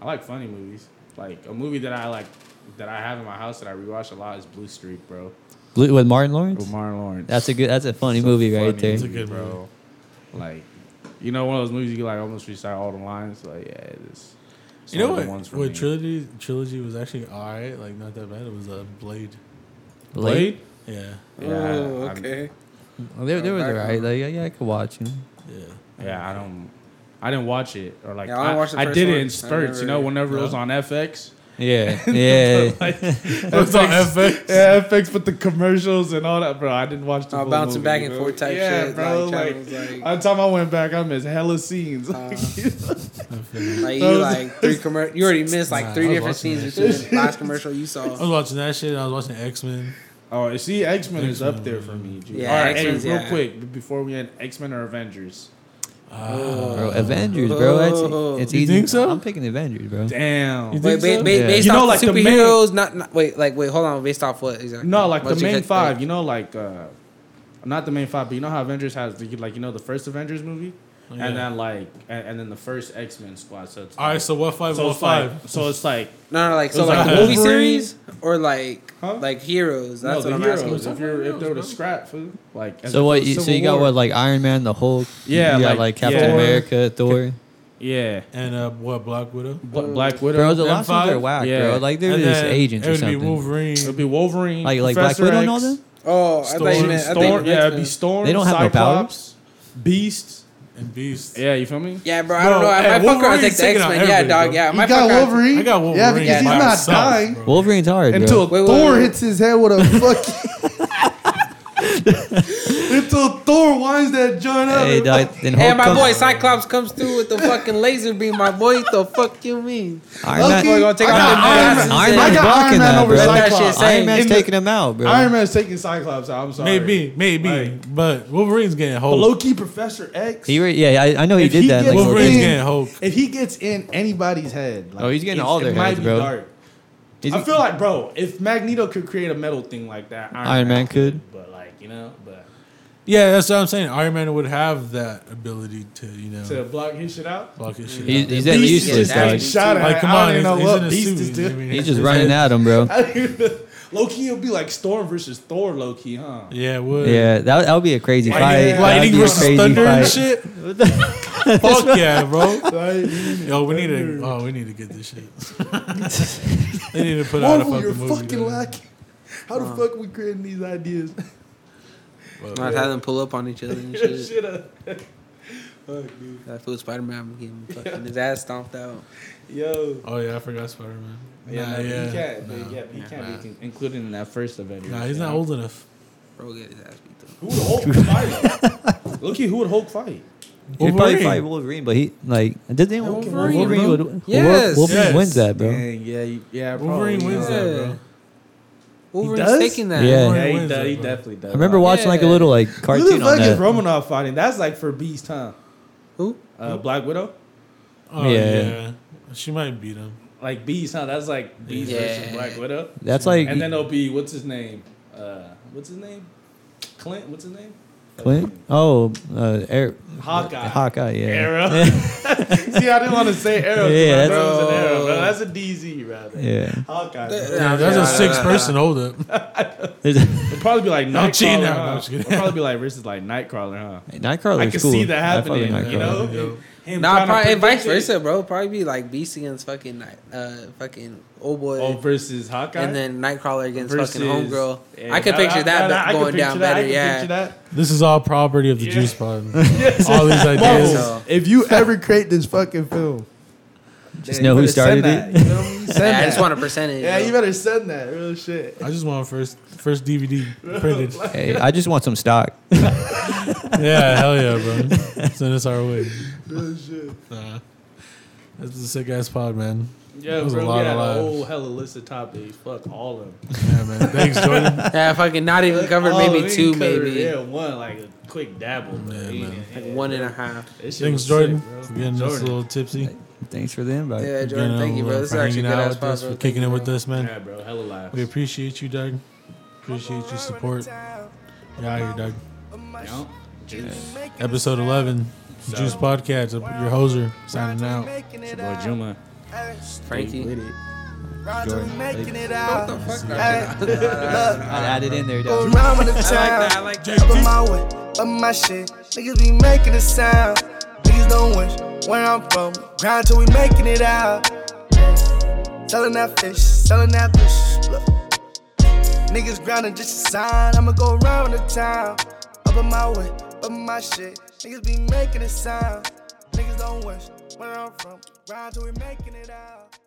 G: I like funny movies. Like a movie that I like that I have in my house that I rewatch a lot is Blue Streak, bro.
F: Blue, with Martin Lawrence.
G: With Martin Lawrence.
F: That's a good. That's a funny
G: It's a
F: movie right
G: funny
F: there.
C: It's a good
G: bro. Like, you know, one of those movies you like almost recite all the lines. Like, yeah, it's. it's
C: You know
G: one of
C: what?
G: the ones for me.
C: What trilogy trilogy was actually all right, like not that bad. It was a uh, Blade.
F: Blade.
C: Yeah.
G: Yeah,
E: oh,
G: I'm-
E: okay.
F: Well, oh, They, they were alright. Like yeah, yeah, I could watch him.
C: Yeah.
G: Yeah, I don't. I didn't watch it or like
E: Yeah, I
G: I,
E: only watched the
G: I
E: first
G: did
E: one.
G: it
E: I
G: in spurts. you know,
E: never-
G: whenever it was on FX.
F: Yeah, yeah.
C: What's on FX?
G: Yeah, FX with the commercials and all that, bro. I didn't watch the
E: Oh,
G: whole
E: bouncing
G: movie,
E: back and
G: bro.
E: forth type
G: yeah,
E: shit,
G: bro.
E: like,
G: Like,
E: channels, like-
G: by the time I went back, I missed hella scenes.
E: Uh, like you like three commer- You already missed
C: Nah,
E: like
C: I
E: three
C: was
E: different
C: watching
E: scenes
C: that
E: between the last commercial you
C: I
F: Oh,
C: was
E: saw.
C: watching that shit. I was watching X Men.
G: oh, see, X Men is
C: X-Men,
G: up there for me. G.
E: Yeah,
G: all right,
E: X-Men's,
G: hey, real
E: yeah.
G: quick b- before we end, X Men or Avengers?
F: bro, Avengers, bro.
E: Oh.
F: It's, it's
C: You
F: easy.
C: think so?
F: I'm picking Avengers, bro.
G: Damn.
C: You
E: Wait,
C: think
E: ba-
C: so?
E: ba-
F: Yeah.
E: based
G: You know,
E: off
G: like, the main-
E: superheroes, not, not wait, like wait, hold on, based off what exactly?
G: No, like the
E: What's your
G: main
E: ca-
G: five.
E: like-
G: you know, like uh, not the main five, but you know how Avengers has the, like you know the first Avengers movie,
C: Oh, Yeah.
G: and then like and, and then the first X Men squad. So it's
C: All right, so what five?
G: so
C: what
G: it's
C: five?
G: like so it's like
E: no, no, like so,
G: was
E: like
G: like
E: the movie
G: Wolverine.
E: series or like
G: Huh?
E: like heroes. That's
G: no,
E: what
G: the
E: I'm
G: heroes.
E: asking.
G: If you're if they were to scrap food, like as
F: So
G: if it
F: what?
G: was
F: You, so
G: Civil
F: you got
G: War.
F: what? Like Iron Man, the Hulk.
G: Yeah,
F: you got,
G: like-
F: like, Captain
G: yeah.
F: America, Thor.
G: Yeah,
C: And uh, what Black Widow?
G: Bla- Black Widow.
F: Bro, the
C: Them
F: last ones
C: five?
F: are whack,
G: Yeah.
F: bro. Like they're
C: And
F: just
C: then
F: agents
C: It
F: or
C: would be
F: something.
C: Wolverine.
G: It'd be Wolverine.
F: Like like Black
G: Professor
F: Widow and
G: X,
F: all them.
E: Oh, I thought you
C: Storm.
E: meant. I thought you
G: Storm.
E: meant
G: Yeah, it'd be
E: X-Men.
G: Storm.
F: They don't have no
G: Cyclops, Beast.
C: And Beast.
G: Yeah, you feel me?
E: Yeah, bro. I
C: Bro,
E: don't know.
C: hey,
E: I, I fuck her. I
C: Wolverine's
E: take the
C: taking
E: X
C: out
E: Men. Yeah,
C: everybody,
E: dog.
C: bro.
E: Yeah,
A: You
E: my
A: got
E: fucker-
A: Wolverine.
C: I got Wolverine.
A: Yeah, because he's
C: by
A: not
C: himself,
A: dying
C: bro.
F: Wolverine's hard,
A: until
F: bro.
E: Wait, wait,
A: Thor
E: wait.
A: hits his head with a fucking. until Thor winds that joint up.
F: Hey, dog, then Hulk
E: And my
F: comes-
E: boy Cyclops comes through with the fucking laser beam. My boy, the fuck you mean?
F: Iron Man.
A: Okay,
E: We're gonna take
A: I
E: out
A: got
E: them
A: Iron
E: glasses
A: Man-
F: Iron
E: and-
A: I
F: Man's
A: got
F: blocking
A: Iron Man
F: that,
A: over
F: bro.
E: That shit
A: Cyclops.
E: say-
F: Iron Man's
A: In the-
F: taking him out, bro.
A: Iron Man's taking Cyclops out. I'm sorry.
C: Maybe, maybe,
A: Like-
C: but Wolverine's getting
A: But
C: Hulk.
A: low key, Professor X.
F: He re- yeah, I, I know he
A: If
F: did
A: he
F: that.
A: gets
F: Like,
A: in-
C: Wolverine's
A: Wolverine.
C: getting Hulk.
A: if he gets in anybody's head, like,
F: Oh, he's getting
A: it's-
F: all their
A: it might
F: heads,
A: be
F: bro.
A: dark.
F: he's-
G: I feel like, bro, if Magneto could create a metal thing like that, Iron,
F: Iron Man could.
G: But like you know, but
C: Yeah, that's what I'm saying. Iron Man would have that ability to, you know,
G: to block his shit out.
C: block his shit.
F: He's,
C: out.
F: he's that
A: Beast
F: useless,
A: is
F: dog.
A: getting shot at.
C: like, come
A: I
C: on,
A: don't
C: he's,
A: even know
C: he's
A: what
C: in a
A: Beast
C: suit.
A: is
C: you know what I
A: doing.
C: mean?
F: He's just running at him, bro.
G: Loki would be like Storm versus Thor, Loki, huh?
C: Yeah, it would.
F: Yeah, that that would be a crazy
G: Lightning-
F: fight. That would
C: Lightning
F: be a
C: versus
F: crazy
C: thunder and
F: fight.
C: shit. Fuck yeah, bro. Yo, we need to. Oh, we need to get this shit. they need to put out a
A: Marvel,
C: fucking
A: you're
C: movie.
A: fucking
C: dude.
A: lacking. How the fuck we creating these ideas?
E: I'd have them pull up on each other and shit.
G: uh,
E: That fool Spider Man getting fucking his ass stomped out.
G: Yo,
C: Oh yeah, I forgot Spider Man.
G: yeah,
C: Yeah,
G: no, he
C: yeah.
G: can't. but yeah, he can't be con- included in that first Avengers.
C: Nah, he's
G: you
C: not
G: know?
C: old enough.
E: Bro, get his ass beat up.
G: Who would Hulk fight? Loki, who would Hulk fight?
F: He'd probably
C: Wolverine.
F: fight Wolverine, but he like did they Wolverine?
E: Wolverine, bro.
F: would, Wolver-
E: Yes.
F: Wolverine
C: Yes.
F: wins that, bro.
G: Dang, yeah, you- yeah.
C: Wolverine
G: probably,
C: wins
G: huh?
C: that, bro.
E: Wolverine's
G: does?
E: taking that.
F: Yeah.
G: Yeah, he,
C: Wins
G: does,
C: that,
G: he
C: bro.
G: definitely does.
F: I remember watching like a
E: Yeah.
F: little like
G: Who
F: cartoon
G: the
F: on
G: fuck is
F: that.
G: Romanoff fighting? That's like for Beast, huh?
E: Who?
G: Uh, Black Widow,
C: Oh
F: Yeah.
C: yeah, she might beat him.
G: like Beast, huh? That's like Beast versus
E: Yeah.
G: Black Widow.
F: That's like
G: And then it'll be what's his name? Uh, what's his name? Clint. What's his name?
F: Clint. Oh, uh, Air,
G: Hawkeye.
F: Hawkeye. Yeah.
G: Arrow. See, I didn't want to say Arrow.
F: Yeah,
G: Yeah,
F: that's-
G: that was an Arrow, bro. That's a DZ, rather.
F: Yeah.
G: Hawkeye.
E: Th-
G: bro.
E: yeah,
C: Nah, that's
E: yeah,
C: a
E: yeah,
C: six
E: yeah.
C: person holdup.
F: There's-
G: It'd probably be like
C: I'm cheating now.
G: Nightcrawler.
C: No, I'm
G: Huh?
C: just kidding.
G: It'd probably be like versus like Nightcrawler, huh?
F: Nightcrawler.
G: I can
F: cool.
G: see that
F: I fucking Nightcrawler.
G: happening. you know,
C: Yo.
G: him
E: Nah,
G: trying to
E: probably, and vice
G: predict it.
E: versa, bro. Probably be like Beast against fucking uh fucking old boy,
G: Oh, versus Hawkeye.
E: and then Nightcrawler against
G: Versus-
E: fucking Homegirl.
G: Yeah,
E: I could picture that
G: I could
E: going
G: picture
E: down
G: that, I
E: better.
G: could
E: Yeah,
G: picture that.
C: This is all property of the
G: Yeah.
C: Juice Pod. All these ideas.
E: So-
A: If you ever create this fucking film,
F: Just know who started it.
A: You know what I mean? Send
E: Yeah, I just
A: that.
E: want a percentage.
A: Yeah,
E: bro.
A: you better send that. Real shit.
C: I just want first first DVD printed.
F: Hey, I just want some stock.
C: yeah, hell yeah, bro. Send us our way.
A: Real shit.
C: Nah. That's a sick ass pod, man.
G: Yeah,
C: That was a
G: bro,
C: lot
G: we
C: of
G: had a
C: lives.
G: whole hella list of topics. Fuck all of them.
C: Yeah, man. Thanks, Jordan.
E: yeah, fucking not even covered.
G: All of
E: Maybe
G: them.
E: two,
G: Oh, We covered,
E: maybe
G: Yeah, one like a quick dabble. but
C: Yeah,
G: we
C: man.
G: didn't-
E: like
G: yeah,
E: one
G: bro.
E: and a half.
G: This shit
C: Thanks,
G: was
C: Jordan.
G: sick, bro.
C: for getting us a
G: Jordan.
C: little tipsy.
F: Thanks for the invite.
E: Yeah,
C: Getting
E: Jordan,
C: a
E: thank you,
C: little-
E: bro. This is
C: for
E: actually
C: hanging
E: good
C: out
E: ass
C: with
E: pod,
C: us,
E: bro.
C: for
E: Thank
C: kicking
E: you,
C: it
E: bro.
C: with us, man.
G: Yeah, bro, hella laughs.
C: We appreciate you, Doug. Appreciate your support. Yeah, out here, Doug.
G: Yeah. Juice.
C: Episode 11, Juice Podcast. Your hoser signing out.
G: Your boy Juma.
E: Frankie. What
F: Jordan. Like,
E: the fuck?
F: I added in there.
B: Go
F: dog.
B: around with the
E: I like that, I
B: town.
E: like
B: Up in my way, up my shit. Niggas be making a sound. Niggas don't wish where I'm from. Grind till we making it out. Selling that fish, selling that fish. Look. Niggas grounded just a sign. I'ma go around the town. Up in my way, up in my shit. Niggas be making a sound. Niggas don't wish where I'm from. Grind till we making it out.